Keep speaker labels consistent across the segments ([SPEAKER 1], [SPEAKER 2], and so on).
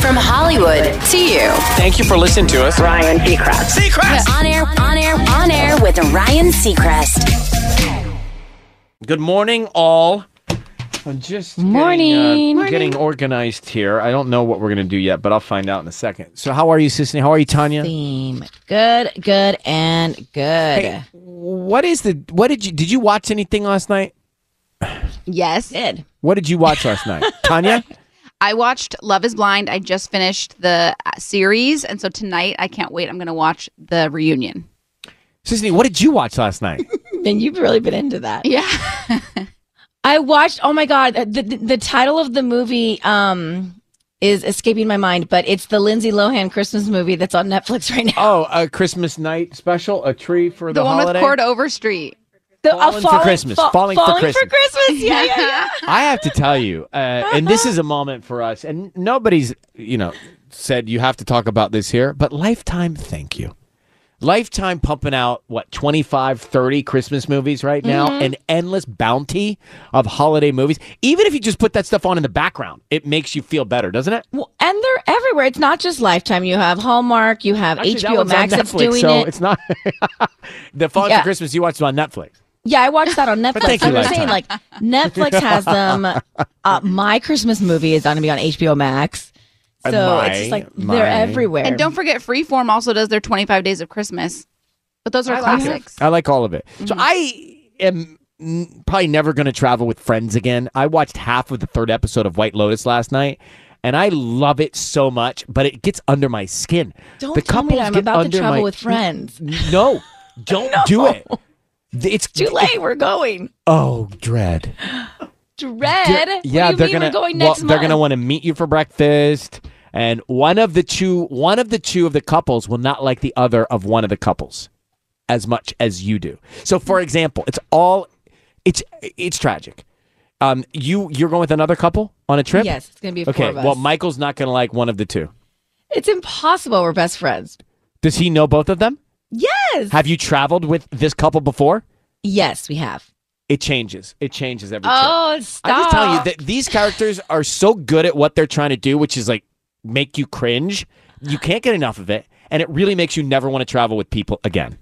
[SPEAKER 1] From Hollywood to you.
[SPEAKER 2] Thank you for listening to us.
[SPEAKER 3] Ryan Seacrest.
[SPEAKER 1] We're on air, on air, on air with Ryan Seacrest.
[SPEAKER 2] Good morning, all. I'm just getting, uh,
[SPEAKER 4] Morning.
[SPEAKER 2] getting, organized here. I don't know what we're gonna do yet, but I'll find out in a second. So, how are you, Sisney? How are you, Tanya?
[SPEAKER 4] Theme. Good, good, and good.
[SPEAKER 2] Hey, what is the? What did you? Did you watch anything last night?
[SPEAKER 5] Yes.
[SPEAKER 4] Did.
[SPEAKER 2] What did you watch last night, Tanya?
[SPEAKER 5] I watched Love is Blind. I just finished the uh, series. And so tonight, I can't wait. I'm going to watch the reunion.
[SPEAKER 2] Sisney, what did you watch last night?
[SPEAKER 4] Then you've really been into that.
[SPEAKER 5] Yeah.
[SPEAKER 4] I watched. Oh my god, the, the the title of the movie um is escaping my mind, but it's the Lindsay Lohan Christmas movie that's on Netflix right now.
[SPEAKER 2] Oh, a Christmas night special, a tree for
[SPEAKER 5] the,
[SPEAKER 2] the,
[SPEAKER 5] one
[SPEAKER 2] holiday.
[SPEAKER 5] with Cord Overstreet.
[SPEAKER 4] The, uh,
[SPEAKER 2] Falling for Christmas. Falling for Christmas.
[SPEAKER 4] Yeah, yeah, yeah.
[SPEAKER 2] I have to tell you, uh, and this is a moment for us, and nobody's, you know, said you have to talk about this here, but Lifetime, thank you. Lifetime pumping out, what, 25, 30 Christmas movies right now,
[SPEAKER 4] Mm-hmm.
[SPEAKER 2] an endless bounty of holiday movies. Even if you just put that stuff on in the background, it makes you feel better, doesn't it?
[SPEAKER 4] Well, and they're everywhere. It's not just Lifetime. You have Hallmark. You have
[SPEAKER 2] Actually, that
[SPEAKER 4] HBO
[SPEAKER 2] one's on
[SPEAKER 4] Max that's
[SPEAKER 2] Netflix,
[SPEAKER 4] doing
[SPEAKER 2] so
[SPEAKER 4] it.
[SPEAKER 2] it's not. the Falling
[SPEAKER 4] Yeah.
[SPEAKER 2] for Christmas you watched it on Netflix.
[SPEAKER 4] Yeah, I watched that on Netflix.
[SPEAKER 2] thank
[SPEAKER 4] I'm
[SPEAKER 2] you,
[SPEAKER 4] just saying, like Netflix has them. Uh, my Christmas movie is going to be on HBO Max, so
[SPEAKER 2] And my-
[SPEAKER 4] it's just like
[SPEAKER 2] my-
[SPEAKER 4] they're everywhere.
[SPEAKER 5] And don't forget, Freeform also does their 25 Days of Christmas. But those are
[SPEAKER 2] I like it.
[SPEAKER 5] classics. Mm-hmm.
[SPEAKER 2] I like all of it. So I am mm, probably never going to travel with friends again. I watched half of the third episode of White Lotus last night. And I love it so much, but it gets under my skin.
[SPEAKER 4] Don't
[SPEAKER 2] the
[SPEAKER 4] tell me
[SPEAKER 2] couples
[SPEAKER 4] that I'm
[SPEAKER 2] get
[SPEAKER 4] about to
[SPEAKER 2] under
[SPEAKER 4] travel
[SPEAKER 2] my-
[SPEAKER 4] with friends.
[SPEAKER 2] No, don't do it. It's
[SPEAKER 4] Too late. We're going.
[SPEAKER 2] Oh, dread.
[SPEAKER 4] Dread. What do
[SPEAKER 2] yeah,
[SPEAKER 4] you
[SPEAKER 2] they're
[SPEAKER 4] mean
[SPEAKER 2] gonna.
[SPEAKER 4] We're going
[SPEAKER 2] well,
[SPEAKER 4] next
[SPEAKER 2] they're gonna
[SPEAKER 4] month?
[SPEAKER 2] want to meet you for breakfast, and one of the two, one of the two of the couples will not like the other of one of the couples as much as you do. So,
[SPEAKER 4] Hmm.
[SPEAKER 2] for example, it's all, it's it's tragic. Um, you you're going with another couple on a trip.
[SPEAKER 4] Yes, it's gonna be four
[SPEAKER 2] Okay.
[SPEAKER 4] of us.
[SPEAKER 2] Well, Michael's not gonna like one of the two.
[SPEAKER 4] It's impossible. We're best friends.
[SPEAKER 2] Does he know both of them?
[SPEAKER 4] Yes.
[SPEAKER 2] Have you traveled with this couple before?
[SPEAKER 4] Yes, we have.
[SPEAKER 2] It changes. It changes every trip.
[SPEAKER 4] Oh, stop.
[SPEAKER 2] I'm just telling you that these characters are so good at what they're trying to do, which is like make you cringe. You can't get enough of it, and it really makes you never want to travel with people again.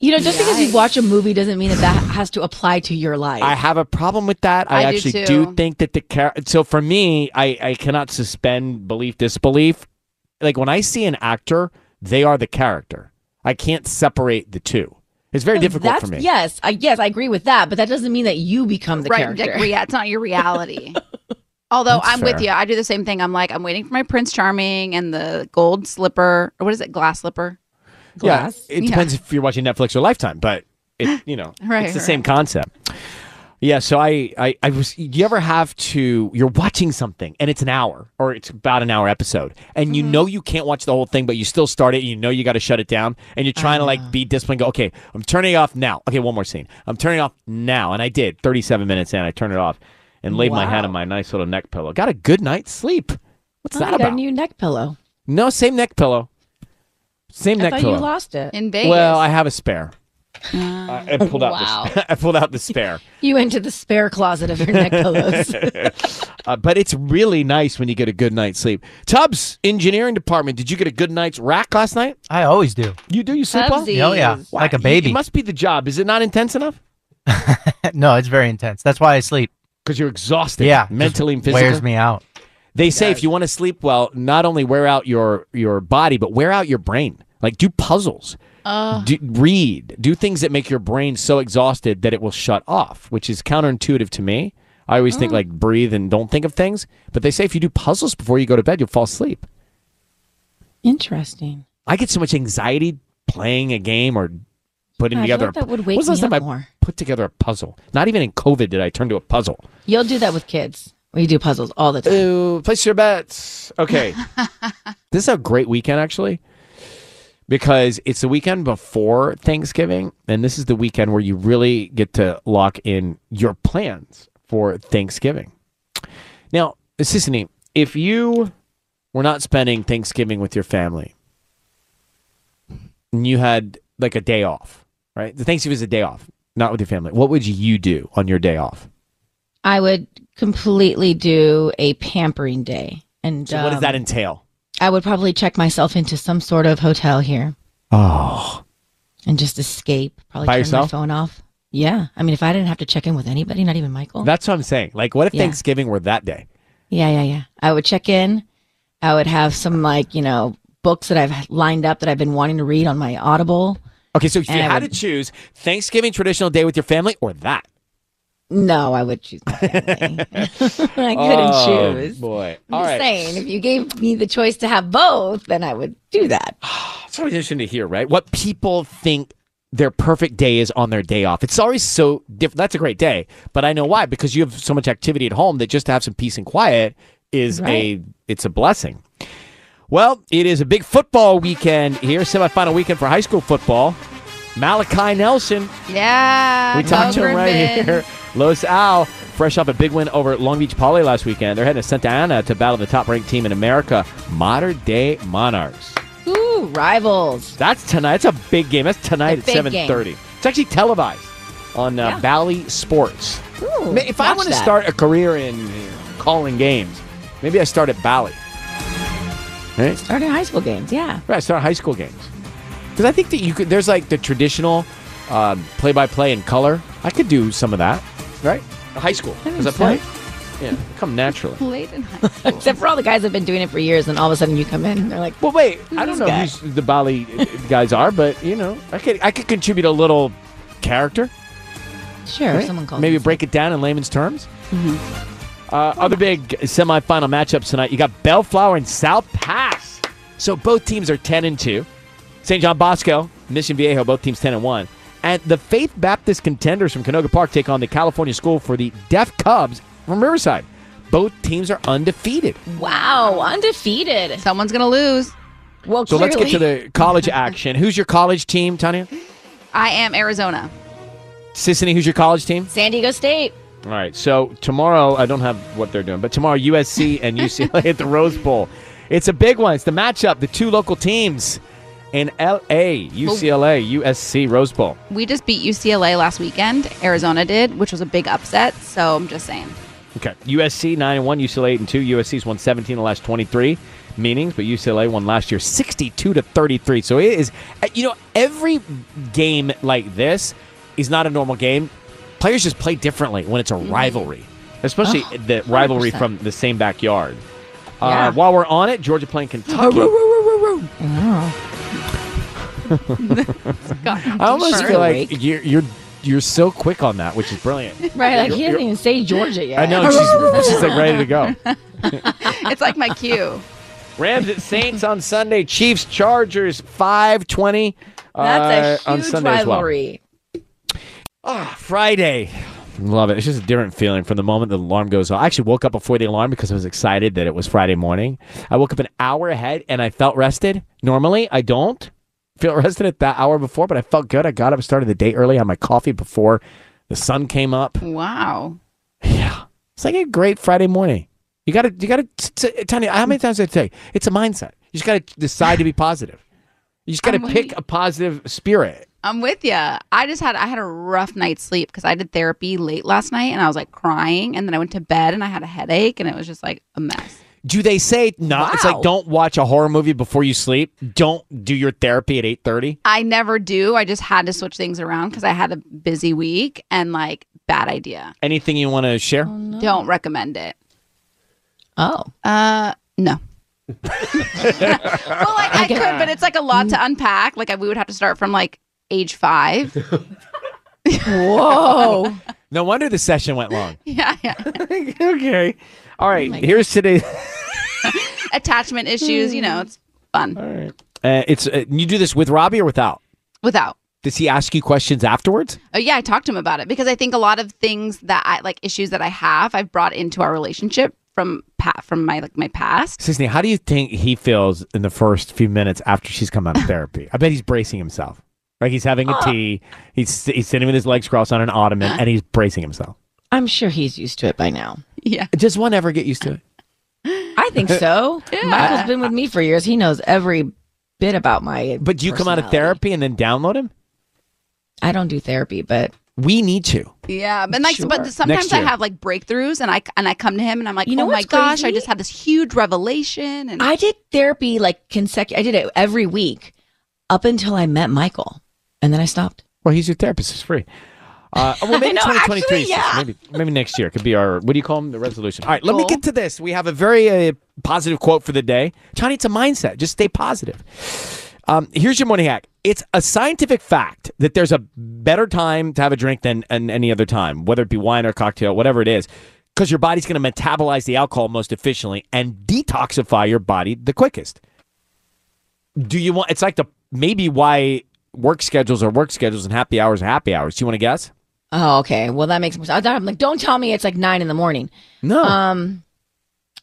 [SPEAKER 4] You know, just because you watch a movie doesn't mean that that has to apply to your life.
[SPEAKER 2] I have a problem with that. I,
[SPEAKER 5] I do
[SPEAKER 2] actually do,
[SPEAKER 5] too.
[SPEAKER 2] think that the char- so for me, I I cannot suspend belief disbelief. Like when I see an actor, they are the character. I can't separate the two. It's very difficult
[SPEAKER 4] That's,
[SPEAKER 2] for me.
[SPEAKER 4] Yes, I, yes, I agree with that, but that doesn't mean that you become the
[SPEAKER 5] right.
[SPEAKER 4] character.
[SPEAKER 5] Like, rea- it's not your reality. Although
[SPEAKER 2] That's
[SPEAKER 5] I'm with
[SPEAKER 2] fair.
[SPEAKER 5] you. I do the same thing. I'm like, I'm waiting for my Prince Charming and the gold slipper. Or what is it? Glass slipper.
[SPEAKER 4] Glass.
[SPEAKER 2] Yeah, it
[SPEAKER 5] Yeah.
[SPEAKER 2] depends if you're watching Netflix or Lifetime, but it you know
[SPEAKER 5] Right,
[SPEAKER 2] it's the
[SPEAKER 5] right.
[SPEAKER 2] same concept. Yeah, so I, I I was you ever have to you're watching something and it's an hour or it's about an hour episode and you
[SPEAKER 4] Mm-hmm.
[SPEAKER 2] know you can't watch the whole thing but you still start it and you know you got to shut it down and you're trying to like
[SPEAKER 4] Ah.
[SPEAKER 2] be disciplined go okay I'm turning it off now okay one more scene I'm turning it off now and I did 37 minutes in I turned it off and laid my hand on my nice little neck pillow got a good night's sleep What's
[SPEAKER 4] Oh,
[SPEAKER 2] that
[SPEAKER 4] you got
[SPEAKER 2] about?
[SPEAKER 4] a new neck pillow.
[SPEAKER 2] no, same neck pillow. Same
[SPEAKER 4] I
[SPEAKER 2] neck
[SPEAKER 4] thought
[SPEAKER 2] pillow.
[SPEAKER 4] you lost it.
[SPEAKER 5] in Vegas.
[SPEAKER 2] Well, I have a spare. I, I pulled out. The, I pulled out the spare.
[SPEAKER 4] You went to the spare closet of your neck pillows.
[SPEAKER 2] Uh, but it's really nice when you get a good night's sleep. Tubbs Engineering Department. Did you get a good night's rack last night?
[SPEAKER 3] I always do.
[SPEAKER 2] You do. You sleep well.
[SPEAKER 4] Tubbsy.
[SPEAKER 3] Oh yeah,
[SPEAKER 4] Jeez.
[SPEAKER 3] like a
[SPEAKER 2] You-
[SPEAKER 3] baby.
[SPEAKER 2] It must be the job. Is it not intense enough?
[SPEAKER 3] no, it's very intense. That's why I sleep.
[SPEAKER 2] Because you're exhausted.
[SPEAKER 3] yeah,
[SPEAKER 2] mentally and
[SPEAKER 3] just
[SPEAKER 2] physically.
[SPEAKER 3] wears me out.
[SPEAKER 2] They say if you want to sleep well, not only wear out your your body, but wear out your brain. Like do puzzles, do, read, do things that make your brain so exhausted that it will shut off, which is counterintuitive to me. I always
[SPEAKER 4] Mm.
[SPEAKER 2] think like breathe and don't think of things, but they say if you do puzzles before you go to bed, you'll fall asleep.
[SPEAKER 4] Interesting.
[SPEAKER 2] I get so much anxiety playing a game or putting
[SPEAKER 4] I feel
[SPEAKER 2] together.
[SPEAKER 4] like
[SPEAKER 2] a
[SPEAKER 4] that would
[SPEAKER 2] pu-
[SPEAKER 4] wake
[SPEAKER 2] When's the
[SPEAKER 4] me
[SPEAKER 2] last
[SPEAKER 4] up
[SPEAKER 2] time
[SPEAKER 4] more.
[SPEAKER 2] I put together a puzzle? Not even in COVID did I turn to a puzzle.
[SPEAKER 4] You'll do that with kids. We do puzzles all the time.
[SPEAKER 2] Ooh, place your bets. Okay. this is a great weekend, actually, because it's the weekend before Thanksgiving, and this is the weekend where you really get to lock in your plans for Thanksgiving. Now, Sissany, if you were not spending Thanksgiving with your family and you had like a day off, right? The Thanksgiving is a day off, not with your family. What would you do on your day off?
[SPEAKER 4] I would completely do a pampering day. And
[SPEAKER 2] So, what does
[SPEAKER 4] um,
[SPEAKER 2] that entail?
[SPEAKER 4] I would probably check myself into some sort of hotel here
[SPEAKER 2] Oh.
[SPEAKER 4] and just escape. Probably
[SPEAKER 2] By
[SPEAKER 4] turn
[SPEAKER 2] yourself?
[SPEAKER 4] my phone off. Yeah. I mean, if I didn't have to check in with anybody, not even Michael.
[SPEAKER 2] That's what I'm saying. Like, what if
[SPEAKER 4] Yeah.
[SPEAKER 2] Thanksgiving were that day?
[SPEAKER 4] yeah, yeah, yeah. I would check in. I would have some, like, you know, books that I've lined up that I've been wanting to read on my Audible.
[SPEAKER 2] Okay, so if you
[SPEAKER 4] And I
[SPEAKER 2] had
[SPEAKER 4] would-
[SPEAKER 2] to choose Thanksgiving traditional day with your family or that,
[SPEAKER 4] No, I would choose my family. I couldn't choose.
[SPEAKER 2] Oh, Boy,
[SPEAKER 4] I'm just saying, if you gave me the choice to have both, then I would do that.
[SPEAKER 2] It's always interesting to hear, right? What people think their perfect day is on their day off. It's always so different. That's a great day, but I know why because you have so much activity at home that just to have some peace and quiet is a it's a blessing. Well, it is a big football weekend here, semifinal weekend for high school football. Malachi Nelson
[SPEAKER 5] yeah.
[SPEAKER 2] We talked to
[SPEAKER 5] Lover
[SPEAKER 2] him right
[SPEAKER 5] Bin.
[SPEAKER 2] here. Los Al, fresh off a big win over Long Beach Poly last weekend. They're heading to Santa Ana to battle the top ranked team in America, modern day Monarchs.
[SPEAKER 4] Ooh, rivals.
[SPEAKER 2] That's tonight. It's a big game. That's tonight at
[SPEAKER 4] It's a big
[SPEAKER 2] 7.30. It's actually televised on uh, Valley Sports.
[SPEAKER 4] Ooh,
[SPEAKER 2] Ma- if I
[SPEAKER 4] watch
[SPEAKER 2] want to
[SPEAKER 4] that.
[SPEAKER 2] start a career in you know, calling games, maybe I start at Valley. Right?
[SPEAKER 4] starting high school games, yeah.
[SPEAKER 2] Right, start high school games. Because I think that you could. There's like the traditional um, play-by-play in color. I could do some of that. Right, high school because I played. Yeah, come naturally.
[SPEAKER 5] Late in high school.
[SPEAKER 4] Except for all the guys that have been doing it for years, and all of a sudden you come in and they're like,
[SPEAKER 2] Well, wait, I don't
[SPEAKER 4] this
[SPEAKER 2] know
[SPEAKER 4] guy?
[SPEAKER 2] who the Bali guys are, but you know, I could I could contribute a little character.
[SPEAKER 4] sure,
[SPEAKER 2] Right?
[SPEAKER 4] someone calls. Mm-hmm.
[SPEAKER 2] Maybe
[SPEAKER 4] you.
[SPEAKER 2] break it down in layman's terms. Uh, other big semifinal matchups tonight. You got Bellflower and South Pass. So both teams are ten and two. St. John Bosco, Mission Viejo, both teams ten and one. And the Faith Baptist contenders from Canoga Park take on the California School for the Deaf Cubs from Riverside. Both teams are undefeated.
[SPEAKER 4] Wow, undefeated.
[SPEAKER 5] Someone's gonna lose.
[SPEAKER 4] Well,
[SPEAKER 2] So let's get to
[SPEAKER 4] clearly-
[SPEAKER 2] the college action. Who's your college team, Tanya?
[SPEAKER 5] I am Arizona.
[SPEAKER 2] Sissany, who's your college team?
[SPEAKER 4] San Diego State.
[SPEAKER 2] All right. So tomorrow, I don't have what they're doing, but tomorrow USC and UCLA at the Rose Bowl. It's a big one. It's the matchup. The two local teams in LA, UCLA, USC, Rose Bowl.
[SPEAKER 5] We just beat UCLA last weekend. Arizona did, which was a big upset. So I'm just saying.
[SPEAKER 2] Okay. USC nine and one, UCLA eight and two. USC's won seventeen in the last twenty three meetings, but UCLA won last year sixty two to thirty three. So it is, uh, you know, every game like this is not a normal game. Players just play differently when it's
[SPEAKER 4] Mm-hmm.
[SPEAKER 2] a rivalry, especially
[SPEAKER 4] Ah,
[SPEAKER 2] the rivalry
[SPEAKER 4] 100%.
[SPEAKER 2] from the same backyard.
[SPEAKER 4] Yeah.
[SPEAKER 2] Uh, while we're on it, Georgia playing Kentucky. I almost
[SPEAKER 4] Sure.
[SPEAKER 2] feel like
[SPEAKER 4] Awake.
[SPEAKER 2] you're you're you're so quick on that, which is brilliant.
[SPEAKER 4] Right, like he
[SPEAKER 2] You're-
[SPEAKER 4] doesn't even say Georgia yet.
[SPEAKER 2] I know she's, she's like ready to go.
[SPEAKER 5] It's like my cue.
[SPEAKER 2] Rams at Saints on Sunday. Chiefs Chargers five twenty. uh,
[SPEAKER 4] That's a huge
[SPEAKER 2] as well.
[SPEAKER 4] rivalry.
[SPEAKER 2] Ah, Friday. Love it. It's just a different feeling from the moment the alarm goes off. I actually woke up before the alarm because I was excited that it was Friday morning. I woke up an hour ahead and I felt rested. Normally, I don't feel rested at that hour before, but I felt good. I got up, started the day early, had my coffee before the sun came up.
[SPEAKER 5] Wow.
[SPEAKER 2] It's like a great Friday morning. You got to, you got to, Tanya, how many times did I tell you? It's a mindset. You just got to decide to be positive. You just got to
[SPEAKER 5] I'm
[SPEAKER 2] pick a positive spirit.
[SPEAKER 5] I'm with you. I just had I had a rough night's sleep because I did therapy late last night and I was like crying and then I went to bed and I had a headache and it was just like a mess.
[SPEAKER 2] Do they say no? It's like don't watch a horror movie before you sleep. Don't do your therapy at eight thirty.
[SPEAKER 5] I never do. I just had to switch things around because I had a busy week and like bad idea.
[SPEAKER 2] Anything you want to share?
[SPEAKER 5] Don't recommend it.
[SPEAKER 4] Oh.
[SPEAKER 5] Uh no. well, like I
[SPEAKER 4] Okay.
[SPEAKER 5] could, but it's like a lot to unpack. Like I, we would have to start from like age five.
[SPEAKER 4] Whoa.
[SPEAKER 2] No wonder the session went long.
[SPEAKER 5] yeah, yeah.
[SPEAKER 2] okay. All
[SPEAKER 5] Oh
[SPEAKER 2] right. here's today.
[SPEAKER 5] Attachment issues. You know, it's fun
[SPEAKER 2] Uh, it's uh, you do this with Robbie or without?
[SPEAKER 5] without.
[SPEAKER 2] Does he ask you questions afterwards?
[SPEAKER 5] Oh yeah, I talked to him about it because I think a lot of things that I like issues that I have, I've brought into our relationship from pat from my like my past.
[SPEAKER 2] Sisney, how do you think he feels in the first few minutes after she's come out of therapy? I bet he's bracing himself. Like he's having
[SPEAKER 4] Uh,
[SPEAKER 2] a tea. He's he's sitting with his legs crossed on an ottoman, and he's bracing himself.
[SPEAKER 4] I'm sure he's used to it by now.
[SPEAKER 5] Yeah.
[SPEAKER 2] Does one ever get used to it?
[SPEAKER 4] I think so. Michael's been with me for years. He knows every bit about my.
[SPEAKER 2] But do you come out of
[SPEAKER 4] personality.
[SPEAKER 2] therapy and then download him?
[SPEAKER 4] I don't do therapy, but
[SPEAKER 2] We need to.
[SPEAKER 5] Yeah, but like,
[SPEAKER 4] Sure.
[SPEAKER 5] but sometimes
[SPEAKER 2] Next
[SPEAKER 5] I
[SPEAKER 2] year.
[SPEAKER 5] have like breakthroughs, and I and I come to him, and I'm like,
[SPEAKER 4] You know
[SPEAKER 5] oh my
[SPEAKER 4] what's
[SPEAKER 5] gosh, I
[SPEAKER 4] crazy?
[SPEAKER 5] just had this huge revelation, and
[SPEAKER 4] I did therapy like consecutive. I did it every week up until I met Michael, and then I stopped.
[SPEAKER 2] Well, he's your therapist. It's free. Uh, well, maybe
[SPEAKER 4] know,
[SPEAKER 2] 2023.
[SPEAKER 4] actually, yeah.
[SPEAKER 2] Maybe maybe next year could be our what do you call them? The resolution. All right, let me
[SPEAKER 5] Goal.
[SPEAKER 2] get to this. We have a very uh, positive quote for the day. Tony, it's a mindset. Just stay positive. Um, here's your morning hack. It's a scientific fact that there's a better time to have a drink than than any other time, whether it be wine or cocktail, whatever it is, because your body's going to metabolize the alcohol most efficiently and detoxify your body the quickest do you want it's like the maybe why work schedules are work schedules and happy hours are happy hours. Do you want to guess?
[SPEAKER 4] Oh, okay. Well, that makes more sense. I thought- I'm like, don't tell me it's like nine in the morning.
[SPEAKER 2] No.
[SPEAKER 4] Um,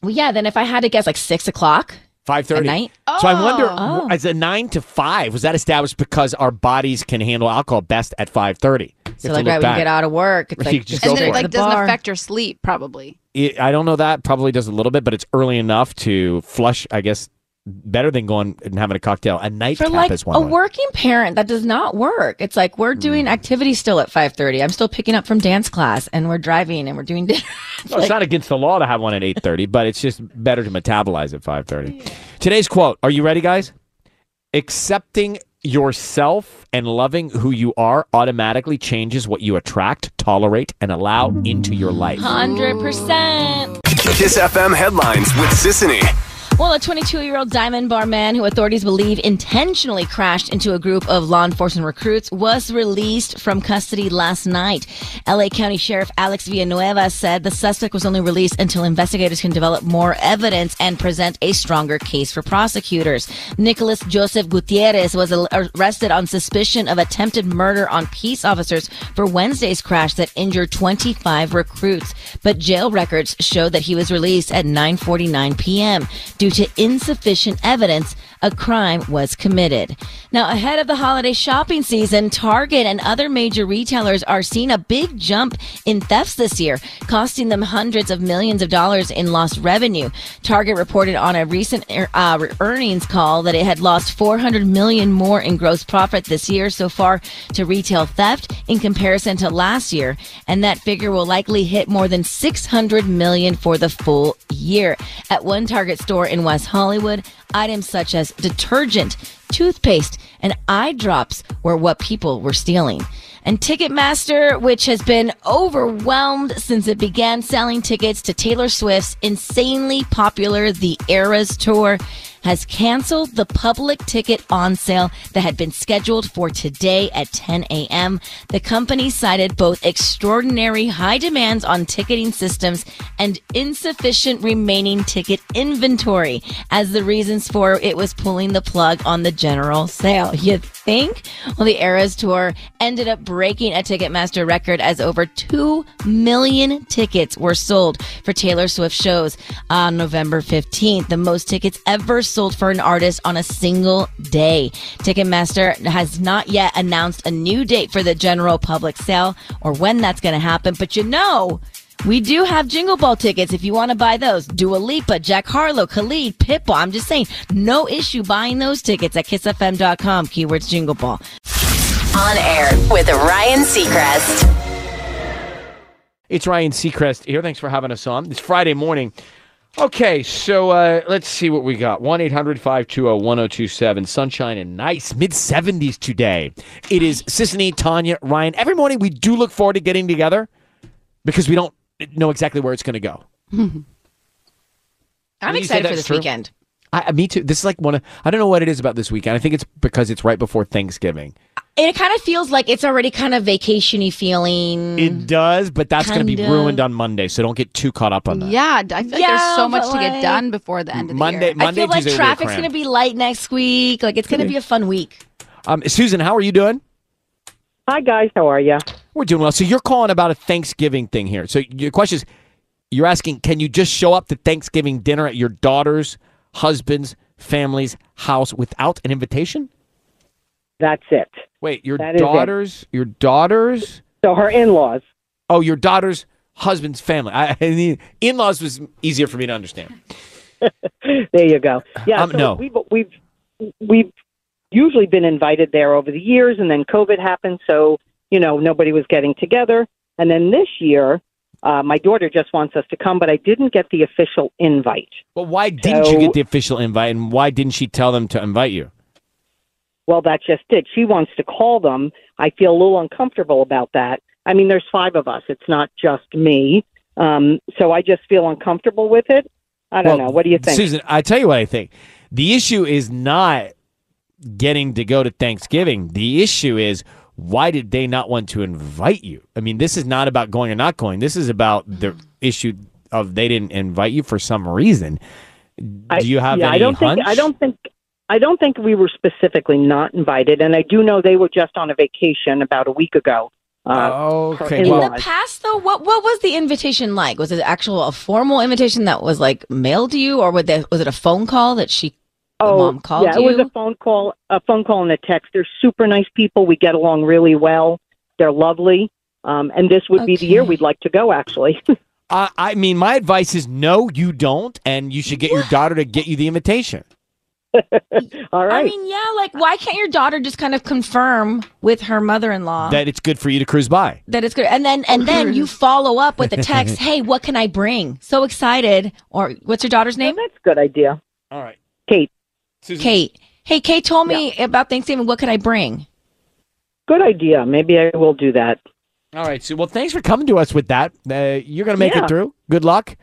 [SPEAKER 4] well, yeah. Then if I had to guess, like six o'clock.
[SPEAKER 2] Five
[SPEAKER 4] at
[SPEAKER 2] thirty.
[SPEAKER 4] night?
[SPEAKER 2] So I wonder,
[SPEAKER 4] Oh.
[SPEAKER 2] w- as a nine to five, was that established because our bodies can handle alcohol best at five thirty?
[SPEAKER 4] So like right when you get out of work, it's
[SPEAKER 2] If
[SPEAKER 4] like
[SPEAKER 2] you just go
[SPEAKER 5] and
[SPEAKER 4] straight
[SPEAKER 5] then
[SPEAKER 2] for
[SPEAKER 5] it
[SPEAKER 4] to
[SPEAKER 5] like
[SPEAKER 4] the
[SPEAKER 5] doesn't
[SPEAKER 4] bar.
[SPEAKER 5] affect your sleep probably.
[SPEAKER 2] it, I don't know that probably does a little bit, but it's early enough to flush. I guess better than going and having a cocktail. A
[SPEAKER 4] for
[SPEAKER 2] nightcap
[SPEAKER 4] like
[SPEAKER 2] is one. Hmm.
[SPEAKER 4] a
[SPEAKER 2] way.
[SPEAKER 4] working parent that does not work it's like we're doing activities still at 5.30 i'm still picking up from dance class and we're driving and we're doing dinner
[SPEAKER 2] No, Oh, it's not against the law to have one at 8:30, but it's just better to metabolize at 5:30. Today's quote, are you ready guys? Accepting yourself and loving who you are automatically changes what you attract, tolerate and allow into your life.
[SPEAKER 4] 100%
[SPEAKER 6] Kiss FM headlines with Sissany.
[SPEAKER 4] well a 22-year-old diamond bar man who authorities believe intentionally crashed into a group of law enforcement recruits was released from custody last night la county sheriff alex villanueva said the suspect was only released until investigators can develop more evidence and present a stronger case for prosecutors nicholas joseph gutierrez was al- arrested on suspicion of attempted murder on peace officers for wednesday's crash that injured 25 recruits but jail records showed that he was released at 9.49 p.m due to insufficient evidence a crime was committed now ahead of the holiday shopping season target and other major retailers are seeing a big jump in thefts this year costing them hundreds of millions of dollars in lost revenue target reported on a recent er- uh, re- earnings call that it had lost 400 million more in gross profit this year so far to retail theft in comparison to last year and that figure will likely hit more than 600 million for the full year at one target store in west hollywood items such as detergent toothpaste and eye drops were what people were stealing and Ticketmaster, which has been overwhelmed since it began selling tickets to Taylor Swift's insanely popular The Eras Tour, has canceled the public ticket on sale that had been scheduled for today at 10 a.m. The company cited both extraordinary high demands on ticketing systems and insufficient remaining ticket inventory as the reasons for it was pulling the plug on the general sale. You think? Well, the Eras tour ended up breaking a Ticketmaster record as over 2 million tickets were sold for Taylor Swift shows on November 15th, the most tickets ever sold for an artist on a single day. Ticketmaster has not yet announced a new date for the general public sale or when that's going to happen, but you know, We do have Jingle Ball tickets if you want to buy those. Dua Lipa, Jack Harlow, Khalid, Pitbull. I'm just saying, no issue buying those tickets at kissfm.com, keywords Jingle Ball.
[SPEAKER 1] On air with Ryan Seacrest.
[SPEAKER 2] It's Ryan Seacrest here. Thanks for having us on. It's Friday morning. Okay, so uh, let's see what we got. 1 800 520 1027. Sunshine and nice. Mid 70s today. It is Sisney, Tanya, Ryan. Every morning we do look forward to getting together because we don't know exactly where it's going to go.
[SPEAKER 4] I'm
[SPEAKER 2] Would you say
[SPEAKER 4] excited for
[SPEAKER 2] that's
[SPEAKER 4] this
[SPEAKER 2] true?
[SPEAKER 4] weekend.
[SPEAKER 2] I, I- me too. This is like one of, I don't know what it is about this weekend. I think it's because it's right before Thanksgiving.
[SPEAKER 4] And it kind of feels like it's already kind of vacation-y feeling.
[SPEAKER 2] It does, but that's going to be
[SPEAKER 4] Mm-hmm. Kinda.
[SPEAKER 2] ruined on Monday, so don't get too caught up on that.
[SPEAKER 5] Yeah, d- I feel like
[SPEAKER 4] Yeah,
[SPEAKER 5] there's so
[SPEAKER 4] but
[SPEAKER 5] much to
[SPEAKER 4] like-
[SPEAKER 5] get done before the end of the
[SPEAKER 2] Monday,
[SPEAKER 5] year.
[SPEAKER 4] I
[SPEAKER 2] Monday,
[SPEAKER 4] feel like
[SPEAKER 2] Tuesday, we're
[SPEAKER 4] traffic's going to
[SPEAKER 2] cramped.
[SPEAKER 4] be light next week. Like it's going to be a fun week.
[SPEAKER 2] Um, Susan, how are you doing?
[SPEAKER 7] Hi guys, how are you?
[SPEAKER 2] We're doing well. So you're calling about a Thanksgiving thing here. So your question is, you're asking, can you just show up to Thanksgiving dinner at your daughter's, husband's, family's house without an invitation?
[SPEAKER 7] That's it.
[SPEAKER 2] Wait, your
[SPEAKER 7] That is it.
[SPEAKER 2] daughter's, your daughter's,
[SPEAKER 7] So her in-laws.
[SPEAKER 2] oh, your daughter's husband's family. I, I mean, in-laws was easier for me to understand.
[SPEAKER 7] There you go. Yeah,
[SPEAKER 2] Um,
[SPEAKER 7] so
[SPEAKER 2] no.
[SPEAKER 7] we've we've we've usually been invited there over the years, and then COVID happened, so you know nobody was getting together. And then this year, uh, my daughter just wants us to come, but I didn't get the official invite.
[SPEAKER 2] But why didn't you
[SPEAKER 7] So-
[SPEAKER 2] get the official invite, and why didn't she tell them to invite you?
[SPEAKER 7] Well, that's just it. She wants to call them. I feel a little uncomfortable about that. I mean, there's five of us. It's not just me. Um, so I just feel uncomfortable with it. I don't
[SPEAKER 2] Well,
[SPEAKER 7] know. What do you think?
[SPEAKER 2] Susan, I tell you what I think. The issue is not getting to go to Thanksgiving. The issue is why did they not want to invite you? I mean, this is not about going or not going. This is about the issue of they didn't invite you for some reason.
[SPEAKER 7] I-
[SPEAKER 2] Do you have
[SPEAKER 7] yeah,
[SPEAKER 2] any
[SPEAKER 7] I don't think I
[SPEAKER 2] hunch?
[SPEAKER 7] don't think I don't think we were specifically not invited, and I do know they were just on a vacation about a week ago. Uh,
[SPEAKER 2] okay.
[SPEAKER 7] in
[SPEAKER 4] In
[SPEAKER 7] Well,
[SPEAKER 4] the
[SPEAKER 7] I-
[SPEAKER 4] past, though, what what was the invitation like? Was it actual a formal invitation that was like mailed to you, or would they, was it a phone call that she?
[SPEAKER 7] oh,
[SPEAKER 4] mom called
[SPEAKER 7] yeah, it
[SPEAKER 4] you?
[SPEAKER 7] was a phone call, a phone call and a text. They're super nice people. We get along really well. They're lovely, um, and this would be the year
[SPEAKER 4] Okay.
[SPEAKER 7] we'd like to go. Actually,
[SPEAKER 2] I, I mean, my advice is no, you don't, and you should get your daughter to get you the invitation.
[SPEAKER 7] all right.
[SPEAKER 4] I mean, yeah, like why can't your daughter just kind of confirm with her mother-in-law that,
[SPEAKER 2] That it's good for you to cruise by.
[SPEAKER 4] it's good, and then
[SPEAKER 5] Oh,
[SPEAKER 4] and then you follow up with a text, "Hey, what can I bring? So excited!" Or what's your daughter's name?
[SPEAKER 7] that's a good idea,
[SPEAKER 2] All right.
[SPEAKER 7] Kate.
[SPEAKER 4] Kate. Hey, Kate told me about Thanksgiving. What can I bring?
[SPEAKER 7] Good idea. Maybe I will do that.
[SPEAKER 2] All right, Sue. Well, thanks for coming to us with that. Uh, you're going to make
[SPEAKER 7] Yeah.
[SPEAKER 2] it through. Good luck.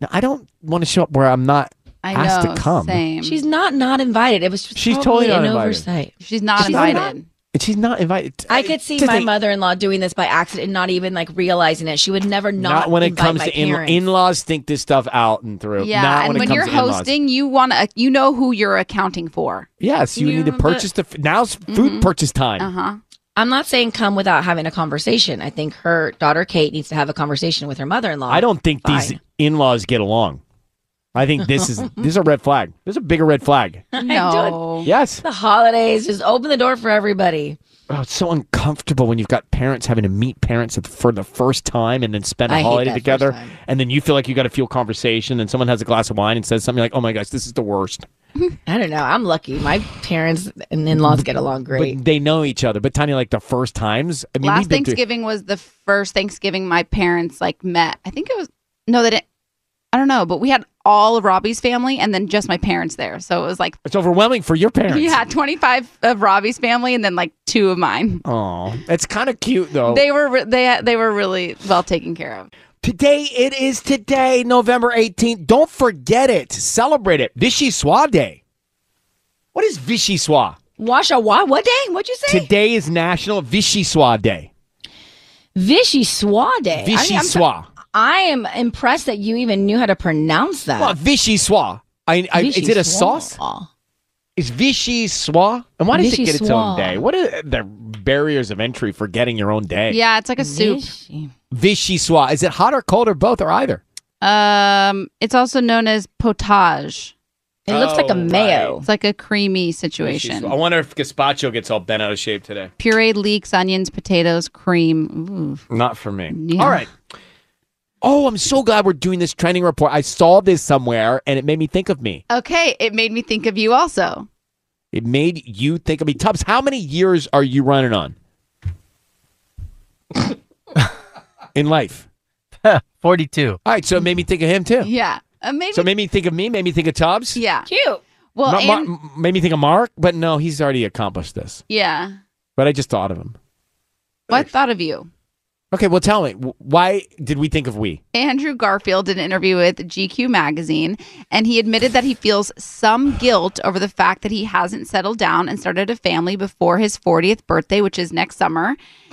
[SPEAKER 2] Now, I don't want to show up where I'm not.
[SPEAKER 5] I
[SPEAKER 2] Has to
[SPEAKER 5] know.
[SPEAKER 2] come.
[SPEAKER 5] Same.
[SPEAKER 4] She's not not invited. It was just
[SPEAKER 2] She's
[SPEAKER 4] probably
[SPEAKER 2] totally not
[SPEAKER 4] an
[SPEAKER 2] invited.
[SPEAKER 4] oversight.
[SPEAKER 5] she's not
[SPEAKER 4] She's
[SPEAKER 5] invited.
[SPEAKER 4] not-
[SPEAKER 2] And she's not invited.
[SPEAKER 4] I could see
[SPEAKER 2] To
[SPEAKER 4] my
[SPEAKER 2] think-
[SPEAKER 4] mother-in-law doing this by accident, not even like realizing it. She would never not,
[SPEAKER 2] Not, when it
[SPEAKER 4] invite
[SPEAKER 2] comes
[SPEAKER 4] my
[SPEAKER 2] to in-
[SPEAKER 4] parents.
[SPEAKER 2] in-laws think this stuff out and through.
[SPEAKER 5] Yeah,
[SPEAKER 2] Not
[SPEAKER 5] and
[SPEAKER 2] when, it
[SPEAKER 5] when,
[SPEAKER 2] comes
[SPEAKER 5] you're
[SPEAKER 2] to in-laws.
[SPEAKER 5] hosting, you want to you know who you're accounting for.
[SPEAKER 2] yes, you need to
[SPEAKER 4] Yeah,
[SPEAKER 2] purchase the f- now's
[SPEAKER 5] Mm-hmm.
[SPEAKER 2] food purchase time.
[SPEAKER 5] Uh huh.
[SPEAKER 4] I'm not saying come without having a conversation. I think her daughter Kate needs to have a conversation with her mother-in-law.
[SPEAKER 2] I don't think these
[SPEAKER 4] Fine.
[SPEAKER 2] in-laws get along. I think this is this is a red flag. There's a bigger red flag.
[SPEAKER 5] No.
[SPEAKER 2] Yes.
[SPEAKER 4] The holidays just open the door for everybody.
[SPEAKER 2] Oh, it's so uncomfortable when you've got parents having to meet parents at- for the first time and then spend a
[SPEAKER 4] I hate
[SPEAKER 2] holiday
[SPEAKER 4] that first
[SPEAKER 2] together.
[SPEAKER 4] time.
[SPEAKER 2] And then you feel like you got to feel conversation and someone has a glass of wine and says something like, oh my gosh, this is the worst.
[SPEAKER 4] I don't know. I'm lucky. My parents and in-laws get along great.
[SPEAKER 2] But they know each other. But Tanya, like the first times, I mean, we've
[SPEAKER 5] Last
[SPEAKER 2] been through-
[SPEAKER 5] Thanksgiving was the first Thanksgiving my parents like met. I think it was no, they didn't. I don't know, but we had all of Robbie's family and then just my parents there, so it was like
[SPEAKER 2] it's overwhelming for your parents.
[SPEAKER 5] yeah, 25 of Robbie's family and then like two of mine.
[SPEAKER 2] Oh, it's kind of cute though.
[SPEAKER 5] They were re- they they were really well taken care of.
[SPEAKER 2] today it is today, November 18th. Don't forget it. Celebrate it. Vichy Soir Day. What is Vichy Soir?
[SPEAKER 4] Wash a wa what day? What'd you say?
[SPEAKER 2] Today is National Vichy Soir Day.
[SPEAKER 4] Vichy Soir day. I
[SPEAKER 2] Vichy
[SPEAKER 4] mean, I'm so-
[SPEAKER 2] Soir.
[SPEAKER 4] I am impressed that you even knew how to pronounce
[SPEAKER 5] Ah.
[SPEAKER 4] that.
[SPEAKER 2] Well, Vichy Soir. I, I,
[SPEAKER 4] Vichy
[SPEAKER 2] is it a
[SPEAKER 4] Soir.
[SPEAKER 2] sauce? Is Vichy Soir? And why does it
[SPEAKER 4] Vichy
[SPEAKER 2] get its own
[SPEAKER 4] Soir.
[SPEAKER 2] day? What are the barriers of entry for getting your own day?
[SPEAKER 5] Yeah, it's like a soup.
[SPEAKER 4] Vichy.
[SPEAKER 2] Vichy Soir. Is it hot or cold or both or either?
[SPEAKER 5] Um, it's also known as potage.
[SPEAKER 4] It looks like
[SPEAKER 2] Oh,
[SPEAKER 4] a mayo.
[SPEAKER 5] It's like a creamy
[SPEAKER 2] She's-
[SPEAKER 5] situation.
[SPEAKER 2] I wonder if gazpacho gets all bent out of shape today.
[SPEAKER 5] Pureed leeks, onions, potatoes, cream. Ooh.
[SPEAKER 2] Not for me.
[SPEAKER 5] Yeah.
[SPEAKER 2] All right. Oh, I'm so glad we're doing this trending report. I saw this somewhere and it made me think of me.
[SPEAKER 5] Okay, it made me think of you also.
[SPEAKER 2] It made you think of me. Tubbs, how many years are you running on? In life?
[SPEAKER 3] 42.
[SPEAKER 2] All right, so it made me think of him too.
[SPEAKER 5] Yeah. Uh, maybe.
[SPEAKER 2] So it made me think of me, made me think of Tubbs.
[SPEAKER 5] yeah.
[SPEAKER 4] Cute.
[SPEAKER 5] Well,
[SPEAKER 2] Ma- Ma-
[SPEAKER 5] and-
[SPEAKER 2] made me think of Mark, but no, he's already accomplished this.
[SPEAKER 5] yeah.
[SPEAKER 2] But I just thought of him.
[SPEAKER 5] What thought of you?
[SPEAKER 2] Okay, well, tell me, wh- why did we think of we?
[SPEAKER 5] Andrew Garfield did an interview with GQ magazine, and he admitted that he feels some guilt over the fact that he hasn't settled down and started a family before his 40th birthday, which is next summer.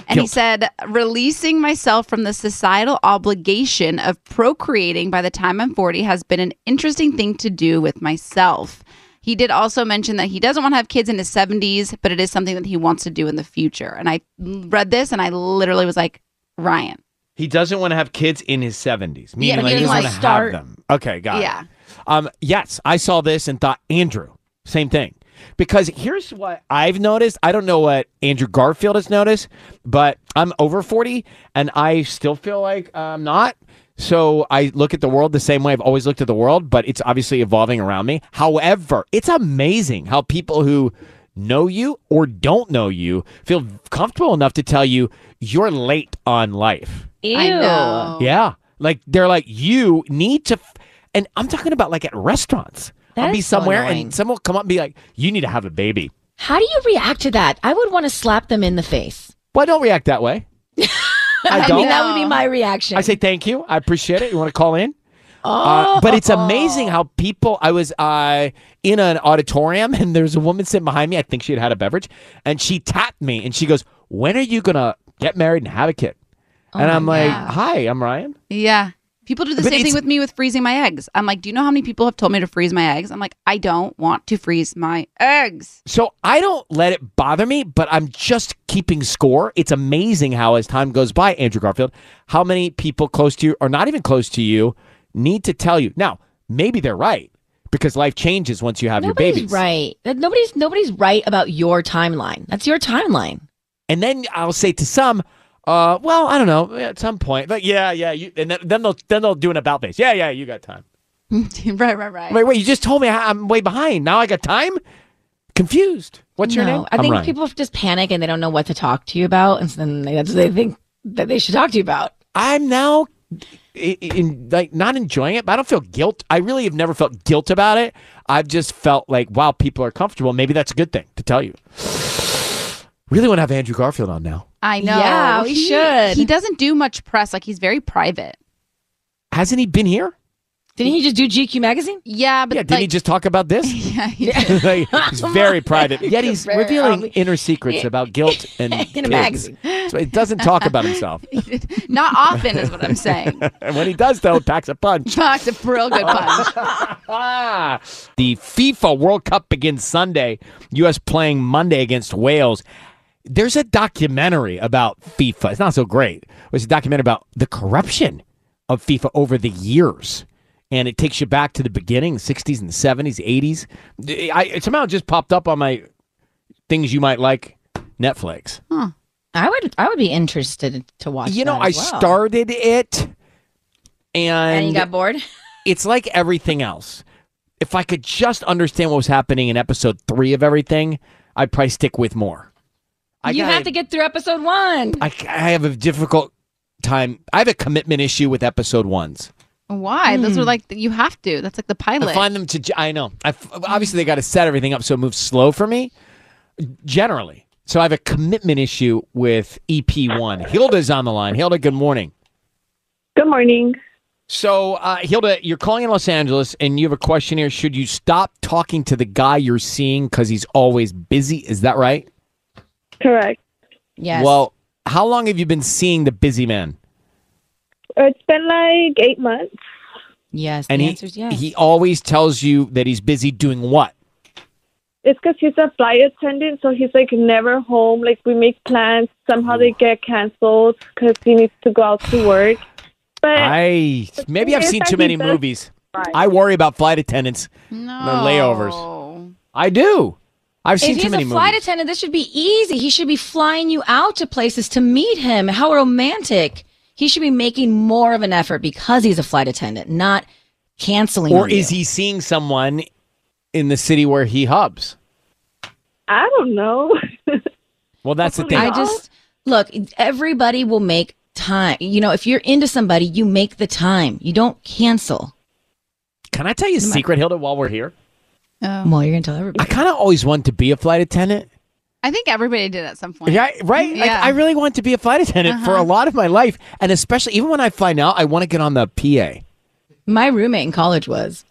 [SPEAKER 5] And he
[SPEAKER 2] Guilt.
[SPEAKER 5] said, releasing myself from the societal obligation of procreating by the time I'm 40 has been an interesting thing to do with myself. He did also mention that he doesn't want to have kids in his 70s, but it is something that he wants to do in the future. And I read this and I literally was like, Ryan.
[SPEAKER 2] He doesn't want to have kids in his 70s. Meaning
[SPEAKER 5] Yeah, but
[SPEAKER 2] he
[SPEAKER 5] he
[SPEAKER 2] doesn't
[SPEAKER 5] wants
[SPEAKER 2] want to
[SPEAKER 5] to
[SPEAKER 2] have
[SPEAKER 5] start-
[SPEAKER 2] them. Okay, got
[SPEAKER 5] Yeah.
[SPEAKER 2] it. Um, yes, I saw this and thought, Andrew, same thing. Because here's what I've noticed. I don't know what Andrew Garfield has noticed, but I'm over 40 and I still feel like I'm not. So I look at the world the same way I've always looked at the world, but it's obviously evolving around me. However, it's amazing how people who know you or don't know you feel comfortable enough to tell you you're late on life.
[SPEAKER 4] Ew.
[SPEAKER 5] I
[SPEAKER 4] Oh.
[SPEAKER 5] know.
[SPEAKER 2] Yeah. Like they're like, you need to, f-. and I'm talking about like at restaurants.
[SPEAKER 4] That
[SPEAKER 2] I'll be
[SPEAKER 4] is so
[SPEAKER 2] somewhere
[SPEAKER 4] annoying.
[SPEAKER 2] and someone will come up and be like, you need to have a baby.
[SPEAKER 4] How do you react to that? I would want to slap them in the face.
[SPEAKER 2] Well, I don't react that way. I
[SPEAKER 4] I
[SPEAKER 2] don't.
[SPEAKER 4] mean, that would be my reaction.
[SPEAKER 2] I say, thank you. I appreciate it. You want to call in?
[SPEAKER 4] oh,
[SPEAKER 2] Uh, but it's amazing how people. I was uh, in an auditorium and there's a woman sitting behind me. I think she had had a beverage, and she tapped me and she goes, "When are you gonna get married and have a kid?"
[SPEAKER 4] Oh
[SPEAKER 2] and I'm like, "Hi, I'm Ryan."
[SPEAKER 5] Yeah. People do the
[SPEAKER 2] But
[SPEAKER 5] same
[SPEAKER 2] it's-
[SPEAKER 5] thing with me with freezing my eggs. I'm like, do you know how many people have told me to freeze my eggs? I'm like, I don't want to freeze my eggs.
[SPEAKER 2] So I don't let it bother me, but I'm just keeping score. It's amazing how, as time goes by, Andrew Garfield, how many people close to you or not even close to you need to tell you. Now, maybe they're right because life changes once you have your
[SPEAKER 4] nobody's
[SPEAKER 2] babies.
[SPEAKER 4] right. That- Nobody's nobody's right about your timeline. That's your timeline.
[SPEAKER 2] And then I'll say to some, uh, well, I don't know, at some point, but yeah, yeah, you, and then, then they'll then they'll do an about face. Yeah, yeah, you got time.
[SPEAKER 5] right, right, right.
[SPEAKER 2] Wait, wait, you just told me I- I'm way behind. Now I got time. Confused. What's your
[SPEAKER 4] No,
[SPEAKER 2] name?
[SPEAKER 4] I
[SPEAKER 2] I'm
[SPEAKER 4] think
[SPEAKER 2] Ryan.
[SPEAKER 4] people just panic and they don't know what to talk to you about, and so then they, that's what they think that they should talk to you about.
[SPEAKER 2] I'm now i- in like not enjoying it, but I don't feel guilt. I really have never felt guilt about it. I've just felt like, wow, people are comfortable. Maybe that's a good thing to tell you. Really want to have Andrew Garfield on now.
[SPEAKER 5] I know.
[SPEAKER 4] Yeah, we
[SPEAKER 5] He-
[SPEAKER 4] should.
[SPEAKER 5] He doesn't do much press. Like he's very private.
[SPEAKER 2] Hasn't he been here?
[SPEAKER 4] Didn't he just do GQ magazine?
[SPEAKER 5] Yeah, but
[SPEAKER 2] yeah, didn't he
[SPEAKER 5] like-
[SPEAKER 2] just talk about this?
[SPEAKER 5] yeah, he did.
[SPEAKER 2] Like, he's very private, yet he's
[SPEAKER 4] Very
[SPEAKER 2] revealing
[SPEAKER 4] obvi-
[SPEAKER 2] inner secrets about guilt and
[SPEAKER 4] In a
[SPEAKER 2] kids.
[SPEAKER 4] magazine.
[SPEAKER 2] So he doesn't talk about himself,
[SPEAKER 5] not often is what I'm saying.
[SPEAKER 2] and when he does, though, it packs a punch.
[SPEAKER 5] That's a real good punch.
[SPEAKER 2] Ah, the FIFA World Cup begins Sunday. U.S. playing Monday against Wales. There's a documentary about FIFA. It's not so great. It's a documentary about the corruption of FIFA over the years. And it takes you back to the beginning, 60s and 70s, 80s. I, it somehow just popped up on my things you might like Netflix.
[SPEAKER 4] I would I would be interested to watch.
[SPEAKER 2] you know,
[SPEAKER 4] that
[SPEAKER 2] I
[SPEAKER 4] as well.
[SPEAKER 2] started it and,
[SPEAKER 4] and you got bored.
[SPEAKER 2] it's like everything else. If I could just understand what was happening in episode three of everything, I'd probably stick with more. I
[SPEAKER 4] you
[SPEAKER 2] gotta-
[SPEAKER 4] have to get through episode one.
[SPEAKER 2] I, I have a difficult time. I have a commitment issue with episode ones.
[SPEAKER 5] Why? Those are like you have to. That's like the
[SPEAKER 2] I
[SPEAKER 5] pilot.
[SPEAKER 2] find them to. j- I know. I f- obviously they got to set everything up so it moves slow for me. Generally, so I have a commitment issue with EP one. Hilda's on the line. Hilda, good morning.
[SPEAKER 7] Good morning.
[SPEAKER 2] So, uh, Hilda, you're calling in Los Angeles and you have a question here. Should you stop talking to the guy you're seeing because he's always busy? Is that right?
[SPEAKER 8] Correct.
[SPEAKER 4] Yes.
[SPEAKER 2] Well, how long have you been seeing the busy man?
[SPEAKER 8] It's been like eight months.
[SPEAKER 4] yes.
[SPEAKER 2] And
[SPEAKER 4] the
[SPEAKER 2] he,
[SPEAKER 4] answer's yes.
[SPEAKER 2] he always tells you that he's busy doing what?
[SPEAKER 8] It's because he's a flight attendant, so he's like never home. Like we make plans, somehow they get canceled because he needs to go out to work. But
[SPEAKER 2] I maybe I've seen too many movies.
[SPEAKER 8] Right.
[SPEAKER 2] I worry about flight attendants.
[SPEAKER 5] no.
[SPEAKER 2] layovers. I do. I've seen
[SPEAKER 4] If
[SPEAKER 2] too
[SPEAKER 4] he's
[SPEAKER 2] many
[SPEAKER 4] a flight
[SPEAKER 2] movies.
[SPEAKER 4] attendant, this should be easy. He should be flying you out to places to meet him. How romantic. he should be making more of an effort because he's a flight attendant, not canceling.
[SPEAKER 2] Or
[SPEAKER 4] on you.
[SPEAKER 2] is he seeing someone in the city where he hubs?
[SPEAKER 8] I don't know.
[SPEAKER 2] Well, that's the thing.
[SPEAKER 4] I just look. Everybody will make time. You know, if you're into somebody, you make the time. You don't cancel.
[SPEAKER 2] Can I tell you a secret, Hilda, while we're here?
[SPEAKER 4] Oh,
[SPEAKER 5] Oh.
[SPEAKER 4] Well, you're gonna tell everybody.
[SPEAKER 2] I kind of always wanted to be a flight attendant.
[SPEAKER 5] I think everybody did at some point.
[SPEAKER 2] Yeah, right. Like,
[SPEAKER 5] Yeah.
[SPEAKER 2] I really want to be a flight attendant for a
[SPEAKER 5] Uh-huh.
[SPEAKER 2] lot of my life, and especially even when I fly now, I want to get on the PA.
[SPEAKER 4] My roommate in college was.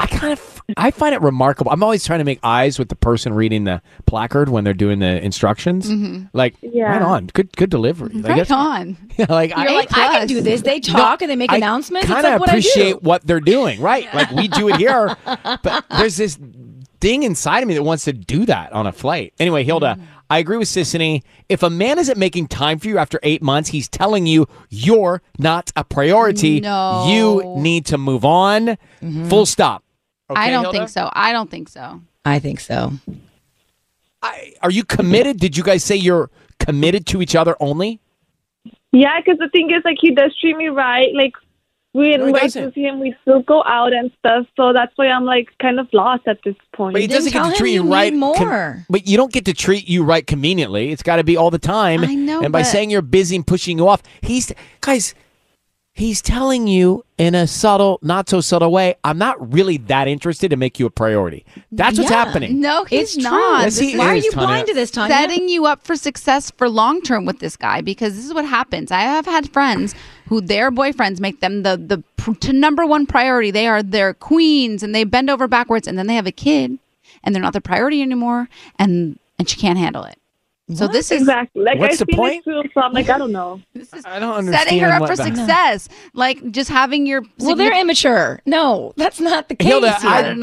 [SPEAKER 2] I kind of I find it remarkable. I'm always trying to make eyes with the person reading the placard when they're doing the instructions.
[SPEAKER 4] Mhm.
[SPEAKER 2] Like,
[SPEAKER 4] Yeah.
[SPEAKER 2] right
[SPEAKER 4] Mm-hmm.
[SPEAKER 2] on, good good delivery. Like, that's-
[SPEAKER 5] on.
[SPEAKER 2] Yeah, like
[SPEAKER 4] You're like, I can do this. They talk and they make
[SPEAKER 2] I
[SPEAKER 4] announcements. It's
[SPEAKER 2] kinda
[SPEAKER 4] like what I
[SPEAKER 2] appreciate
[SPEAKER 4] do.
[SPEAKER 2] what they're doing, right? Like we do it here, but there's this thing inside of me that wants to do that on a flight. Anyway, Hilda,
[SPEAKER 4] Mm.
[SPEAKER 2] I agree with Sissany. If a man isn't making time for you after eight months, he's telling you you're not a priority.
[SPEAKER 5] No.
[SPEAKER 2] You need to move on.
[SPEAKER 4] Mm-hmm.
[SPEAKER 2] Full stop.
[SPEAKER 5] I
[SPEAKER 2] Okay,
[SPEAKER 5] don't
[SPEAKER 2] Hilda?
[SPEAKER 5] think so. I don't think so.
[SPEAKER 4] I think so.
[SPEAKER 2] Are you committed? Did you guys say you're committed to each other only?
[SPEAKER 8] Yeah, because the thing is, like, he does treat me right. Like, we
[SPEAKER 2] No, he
[SPEAKER 8] invite
[SPEAKER 2] doesn't.
[SPEAKER 8] to see him. We still go out and stuff. So that's why I'm like kind of lost at this point.
[SPEAKER 2] But he doesn't get to treat you, right. con- but you don't get to treat you right conveniently. It's got to be all the time.
[SPEAKER 8] I know,
[SPEAKER 2] And by
[SPEAKER 8] but-
[SPEAKER 2] saying you're busy and pushing you off, he's guys. He's telling you in a subtle, not so subtle way. I'm not really that interested to make you a priority. That's what's
[SPEAKER 5] Yeah.
[SPEAKER 2] happening.
[SPEAKER 5] No, he's
[SPEAKER 2] It's true.
[SPEAKER 5] not.
[SPEAKER 2] Yes, he Why are is, you Tanya. blind to this, Tanya?
[SPEAKER 5] Setting you up for success for long term with this guy because this is what happens. I have had friends who their boyfriends make them the the pr- to number one priority. They are their queens and they bend over backwards and then they have a kid and they're not the priority anymore and and she can't handle it. So this is
[SPEAKER 8] exactly like I've seen it too, so I'm like, I don't know.
[SPEAKER 2] I don't
[SPEAKER 5] setting her up for success, like just having your
[SPEAKER 4] Well, they're
[SPEAKER 5] significant-
[SPEAKER 4] immature. No, that's not the case.
[SPEAKER 2] Hilda,
[SPEAKER 4] here.
[SPEAKER 2] I don't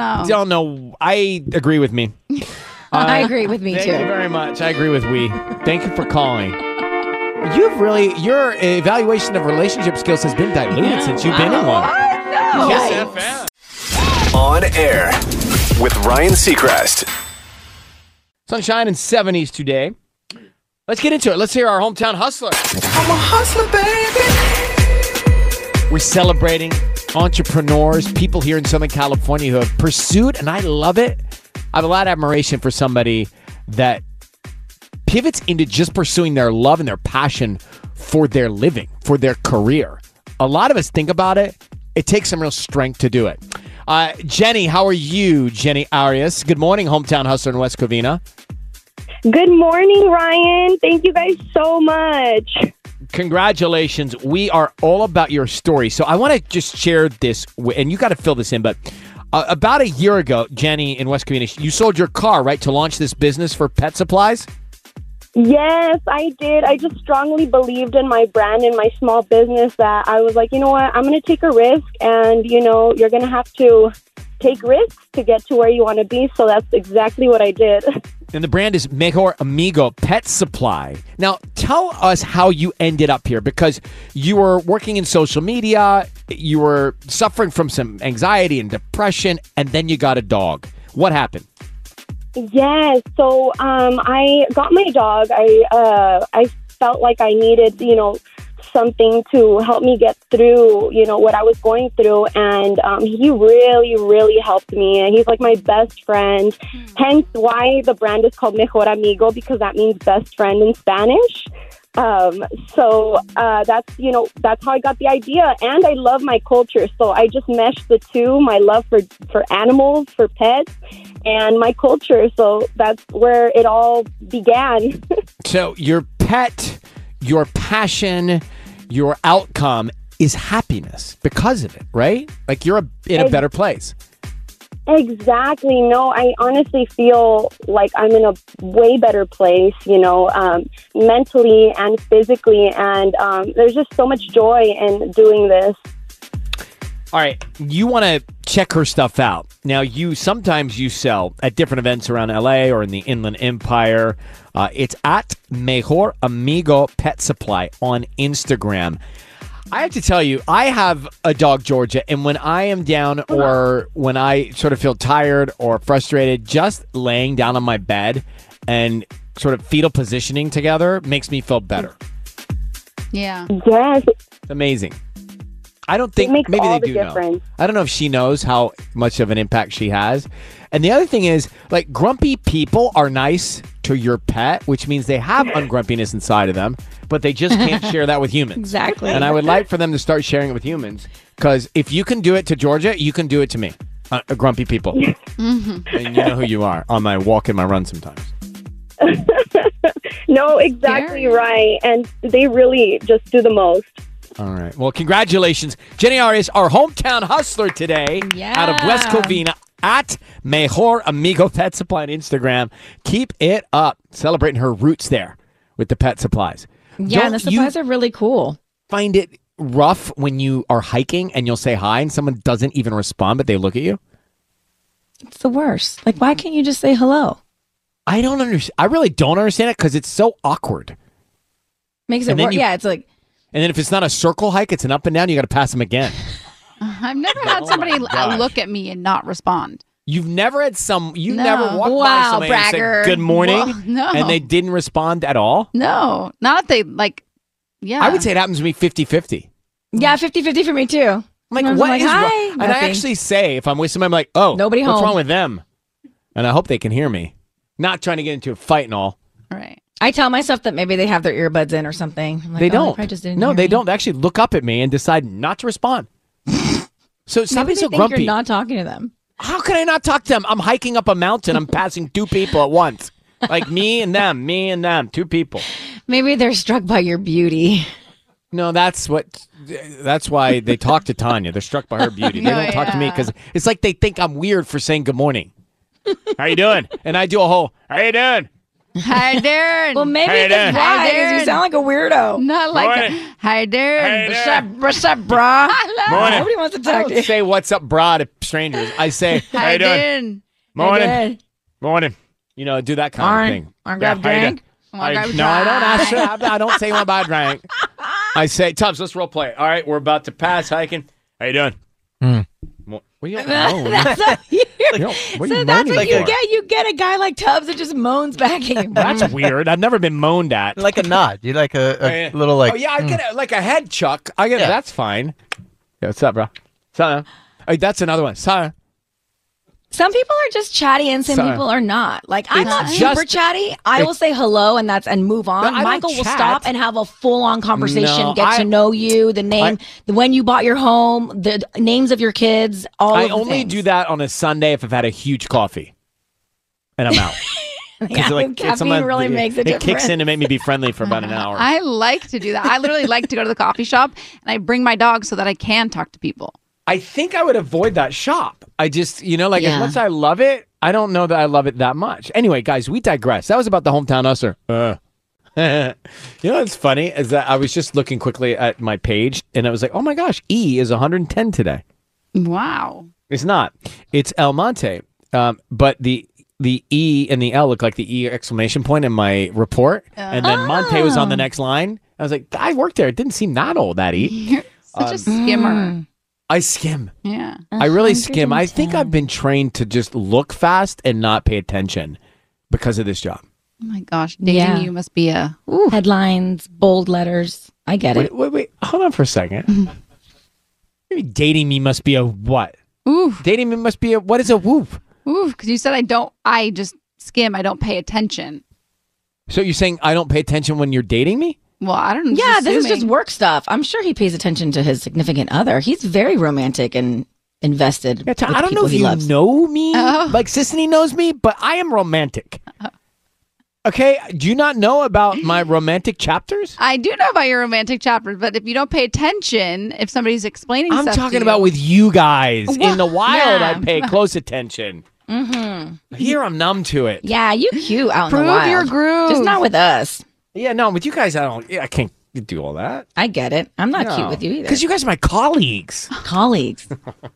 [SPEAKER 2] know. I agree with me. Uh,
[SPEAKER 4] I agree with me
[SPEAKER 2] thank
[SPEAKER 4] too.
[SPEAKER 2] you very much. I agree with we. Thank you for calling. You've really your evaluation of relationship skills has been diluted since you've been in one. Yes,
[SPEAKER 9] On air with Ryan Seacrest.
[SPEAKER 2] Sunshine and 70s today. Let's get into it. Let's hear our hometown hustler.
[SPEAKER 9] I'm a hustler, baby.
[SPEAKER 2] We're celebrating entrepreneurs, people here in Southern California who have pursued, and I love it. I have a lot of admiration for somebody that pivots into just pursuing their love and their passion for their living, for their career. A lot of us think about it, it takes some real strength to do it. Uh, Jenny, how are you, Jenny Arias? Good morning, hometown hustler in West Covina.
[SPEAKER 10] Good morning, Ryan. Thank you guys so much.
[SPEAKER 2] Congratulations. We are all about your story. So I want to just share this, wi- and you got to fill this in, but uh, about a year ago, Jenny in West Covina, you sold your car, right, to launch this business for pet supplies?
[SPEAKER 10] Yes, I did. I just strongly believed in my brand and my small business that I was like, you know what, I'm going to take a risk and, you know, you're going to have to take risks to get to where you want to be. So that's exactly what I did.
[SPEAKER 2] And the brand is Mejor Amigo Pet Supply. Now, tell us how you ended up here because you were working in social media, you were suffering from some anxiety and depression, and then you got a dog. What happened?
[SPEAKER 10] Yes. So um, I got my dog. I uh, I felt like I needed, you know, something to help me get through, you know, what I was going through. And um, he really, really helped me. And he's like my best friend. Hence why the brand is called Mejor Amigo because that means best friend in Spanish. Um, so uh, that's you know that's how I got the idea, and I love my culture, so I just meshed the two: my love for for animals, for pets, and my culture. So that's where it all began.
[SPEAKER 2] So your pet, your passion, your outcome is happiness because of it, right? Like you're a, in a better place.
[SPEAKER 10] Exactly. No, I honestly feel like I'm in a way better place, you know, um, mentally and physically. And um, there's just so much joy in doing this.
[SPEAKER 2] All right, you want to check her stuff out. Now, you sometimes you sell at different events around LA or in the Inland Empire. Uh, it's at Mejor Amigo Pet Supply on Instagram. I have to tell you, I have a dog, Georgia, and when I am down or when I sort of feel tired or frustrated, just laying down on my bed and sort of fetal positioning together makes me feel better.
[SPEAKER 5] Yeah.
[SPEAKER 10] Yes.
[SPEAKER 2] It's amazing. I don't think
[SPEAKER 10] makes
[SPEAKER 2] maybe
[SPEAKER 10] all
[SPEAKER 2] they
[SPEAKER 10] the
[SPEAKER 2] do know.
[SPEAKER 10] difference.
[SPEAKER 2] I don't know if she knows how much of an impact she has. And the other thing is, like, grumpy people are nice to your pet, which means they have ungrumpiness inside of them, but they just can't share that with humans.
[SPEAKER 4] Exactly.
[SPEAKER 2] And I would like for them to start sharing it with humans because if you can do it to Georgia, you can do it to me. Uh, grumpy people.
[SPEAKER 10] Mm-hmm.
[SPEAKER 2] and you know who you are on my walk and my run sometimes.
[SPEAKER 10] No, exactly right. And they really just do the most.
[SPEAKER 2] All right. Well, congratulations. Jenny R is our hometown hustler today out of West Covina at Mejor Amigo Pet Supply on Instagram. Keep it up. Celebrating her roots there with the pet supplies.
[SPEAKER 4] Yeah,
[SPEAKER 2] Don't
[SPEAKER 4] and the supplies
[SPEAKER 2] you
[SPEAKER 4] are really cool.
[SPEAKER 2] find it rough when you are hiking and you'll say hi and someone doesn't even respond, but they look at you?
[SPEAKER 4] It's the worst. Like, why can't you just say hello?
[SPEAKER 2] I don't understand. I really don't understand it because it's so awkward.
[SPEAKER 4] Makes it
[SPEAKER 2] And then
[SPEAKER 4] work.
[SPEAKER 2] you-
[SPEAKER 4] yeah, it's like
[SPEAKER 2] And then if it's not a circle hike, it's an up and down. You got to pass them again.
[SPEAKER 5] I've never had somebody uh,
[SPEAKER 2] Oh gosh.
[SPEAKER 5] look at me and not respond.
[SPEAKER 2] You've never had some. You
[SPEAKER 5] No.
[SPEAKER 2] never walked by
[SPEAKER 5] Wow,
[SPEAKER 2] somebody
[SPEAKER 5] bragger.
[SPEAKER 2] and said good morning,
[SPEAKER 5] Well, no.
[SPEAKER 2] and they didn't respond at all.
[SPEAKER 5] No, not if they like. Yeah,
[SPEAKER 2] I would say it happens to me 50-50.
[SPEAKER 4] yeah, 50-50 for me too. I'm
[SPEAKER 2] Like,
[SPEAKER 4] I'm
[SPEAKER 2] what is
[SPEAKER 4] hi,
[SPEAKER 2] wrong? And I
[SPEAKER 4] nothing.
[SPEAKER 2] actually say if I'm with somebody, I'm like, oh,
[SPEAKER 4] Nobody
[SPEAKER 2] What's
[SPEAKER 4] home.
[SPEAKER 2] wrong with them? And I hope they can hear me. Not trying to get into a fight and all.
[SPEAKER 5] Right.
[SPEAKER 4] I tell myself that maybe they have their earbuds in or something. I'm like,
[SPEAKER 2] they
[SPEAKER 4] "Oh,
[SPEAKER 2] don't.
[SPEAKER 4] probably just didn't
[SPEAKER 2] no,
[SPEAKER 4] hear
[SPEAKER 2] they
[SPEAKER 4] me."
[SPEAKER 2] don't. They actually look up at me and decide not to respond. so stop being
[SPEAKER 4] Maybe they
[SPEAKER 2] so
[SPEAKER 4] think
[SPEAKER 2] grumpy.
[SPEAKER 4] You're not talking to them.
[SPEAKER 2] How can I not talk to them? I'm hiking up a mountain. I'm passing two people at once. Like me and them, me and them, two people.
[SPEAKER 4] Maybe they're struck by your beauty.
[SPEAKER 2] No, that's what. That's why they talk to Tanya. They're struck by her beauty. They
[SPEAKER 4] Oh,
[SPEAKER 2] don't talk to me because it's like they think I'm weird for saying good morning. How you doing? And I do a whole. How you doing?
[SPEAKER 5] Hi, Darren.
[SPEAKER 4] well, maybe
[SPEAKER 2] Hey,
[SPEAKER 4] that's
[SPEAKER 2] Darren.
[SPEAKER 4] why.
[SPEAKER 5] Hi,
[SPEAKER 4] because You
[SPEAKER 5] Darren.
[SPEAKER 4] sound like a weirdo.
[SPEAKER 5] Not like that. Hi, Darren.
[SPEAKER 4] What's up, what's up, brah?
[SPEAKER 2] Morning.
[SPEAKER 4] Nobody wants to
[SPEAKER 2] I
[SPEAKER 4] talk to
[SPEAKER 2] don't
[SPEAKER 4] you.
[SPEAKER 2] say what's up, brah, to strangers. I say how
[SPEAKER 5] Hi,
[SPEAKER 2] you doing?
[SPEAKER 5] Darren.
[SPEAKER 2] Morning.
[SPEAKER 5] Darren.
[SPEAKER 2] Morning. You know, do that kind
[SPEAKER 5] Morning.
[SPEAKER 2] of thing.
[SPEAKER 5] Wanna grab
[SPEAKER 2] how you
[SPEAKER 5] drink?
[SPEAKER 2] doing?
[SPEAKER 5] Wanna grab a
[SPEAKER 2] no, I don't.
[SPEAKER 5] drink?
[SPEAKER 2] Actually, I, I don't say one by a drink. I say, Tubbs, let's role play. All right, we're about to pass hiking. How you doing? Mo- What are you moaning?
[SPEAKER 4] That's not you.
[SPEAKER 2] Yo, what are
[SPEAKER 4] so
[SPEAKER 2] you
[SPEAKER 4] that's
[SPEAKER 2] moaning
[SPEAKER 4] what you
[SPEAKER 2] for?
[SPEAKER 4] get. You get a guy like Tubbs that just moans back at you.
[SPEAKER 2] That's weird. I've never been moaned at.
[SPEAKER 3] Like a nod. You like a, a
[SPEAKER 2] Yeah.
[SPEAKER 3] little like.
[SPEAKER 2] oh yeah, I
[SPEAKER 3] mm.
[SPEAKER 2] get it, like a head chuck. I get it. That's fine. Yeah, what's up, bro? Sorry. Hey, that's another one. Sorry.
[SPEAKER 4] Some people are just chatty and some
[SPEAKER 2] Sorry.
[SPEAKER 4] people are not. Like I'm
[SPEAKER 2] It's
[SPEAKER 4] not
[SPEAKER 2] just-
[SPEAKER 4] super chatty. I will
[SPEAKER 2] it-
[SPEAKER 4] say hello and that's and move
[SPEAKER 2] No, I
[SPEAKER 4] on.
[SPEAKER 2] don't
[SPEAKER 4] Michael will
[SPEAKER 2] chat.
[SPEAKER 4] stop and have a full on conversation,
[SPEAKER 2] No,
[SPEAKER 4] get
[SPEAKER 2] I-
[SPEAKER 4] to know you, the name, the when you bought your home, the d- names of your kids, all
[SPEAKER 2] I
[SPEAKER 4] of the
[SPEAKER 2] only
[SPEAKER 4] things.
[SPEAKER 2] do that on a Sunday if I've had a huge coffee, and I'm out. 'Cause,
[SPEAKER 4] Yeah, caffeine
[SPEAKER 2] sometimes
[SPEAKER 4] really
[SPEAKER 2] it,
[SPEAKER 4] makes a
[SPEAKER 2] It kicks in
[SPEAKER 4] difference.
[SPEAKER 2] to make me be friendly for about an hour.
[SPEAKER 5] I like to do that. I literally like to go to the coffee shop and I bring my dog so that I can talk to people.
[SPEAKER 2] I think I would avoid that shop. I just, you know, like
[SPEAKER 5] Yeah.
[SPEAKER 2] as much as I love it, I don't know that I love it that much. Anyway, guys, we digress. That was about the hometown usher. Uh. you know what's funny is that I was just looking quickly at my page and I was like, oh my gosh, E is 110 today.
[SPEAKER 5] Wow.
[SPEAKER 2] It's not. It's El Monte. Um, but the the E and the L look like the E exclamation point in my report. And then Monte was on the next line. I was like, I worked there. It didn't seem that old, that E.
[SPEAKER 5] Such
[SPEAKER 2] Um,
[SPEAKER 5] a
[SPEAKER 4] Mm.
[SPEAKER 5] skimmer.
[SPEAKER 2] I skim.
[SPEAKER 5] Yeah.
[SPEAKER 2] I really
[SPEAKER 4] Uh-huh.
[SPEAKER 2] skim. I think I've been trained to just look fast and not pay attention because of this job.
[SPEAKER 5] Oh my gosh, dating
[SPEAKER 4] Yeah.
[SPEAKER 5] you must be a
[SPEAKER 4] headlines, bold letters. I get
[SPEAKER 2] wait,
[SPEAKER 4] it. Mm-hmm.
[SPEAKER 2] Wait, wait, hold on for a second. Maybe dating me must be a what?
[SPEAKER 5] Oof.
[SPEAKER 2] Dating me must be a what is a whoop?
[SPEAKER 5] oof because you said I don't. I just skim. I don't pay attention.
[SPEAKER 2] So you're saying I don't pay attention when you're dating me?
[SPEAKER 5] Well, I don't.
[SPEAKER 4] Yeah,
[SPEAKER 5] just
[SPEAKER 4] this is just
[SPEAKER 5] assuming.
[SPEAKER 4] work stuff. I'm sure he pays attention to his significant other. He's very romantic and invested.
[SPEAKER 2] Yeah, Tom,
[SPEAKER 4] with
[SPEAKER 2] I don't know
[SPEAKER 4] people
[SPEAKER 2] if
[SPEAKER 4] he
[SPEAKER 2] you
[SPEAKER 4] loves. Oh.
[SPEAKER 2] know me. Like Sissany knows me, but I am romantic.
[SPEAKER 4] Uh-huh.
[SPEAKER 2] Okay, do you not know about my romantic chapters?
[SPEAKER 5] I do know about your romantic chapters, but if you don't pay attention, if somebody's explaining,
[SPEAKER 2] I'm
[SPEAKER 5] stuff to
[SPEAKER 2] talking
[SPEAKER 5] you-
[SPEAKER 2] about with you guys. In the wild,
[SPEAKER 5] yeah.
[SPEAKER 2] I pay close attention.
[SPEAKER 4] Mm-hmm.
[SPEAKER 2] Here, I'm numb to it.
[SPEAKER 4] Yeah, you cute out in the
[SPEAKER 2] Prove
[SPEAKER 4] wild.
[SPEAKER 2] your groove.
[SPEAKER 4] Just not with us.
[SPEAKER 2] Yeah, no, with you guys, I don't. Yeah, I can't do all that.
[SPEAKER 4] I get it. I'm not
[SPEAKER 2] No.
[SPEAKER 4] cute with you either.
[SPEAKER 2] Because you guys are my colleagues.
[SPEAKER 4] colleagues.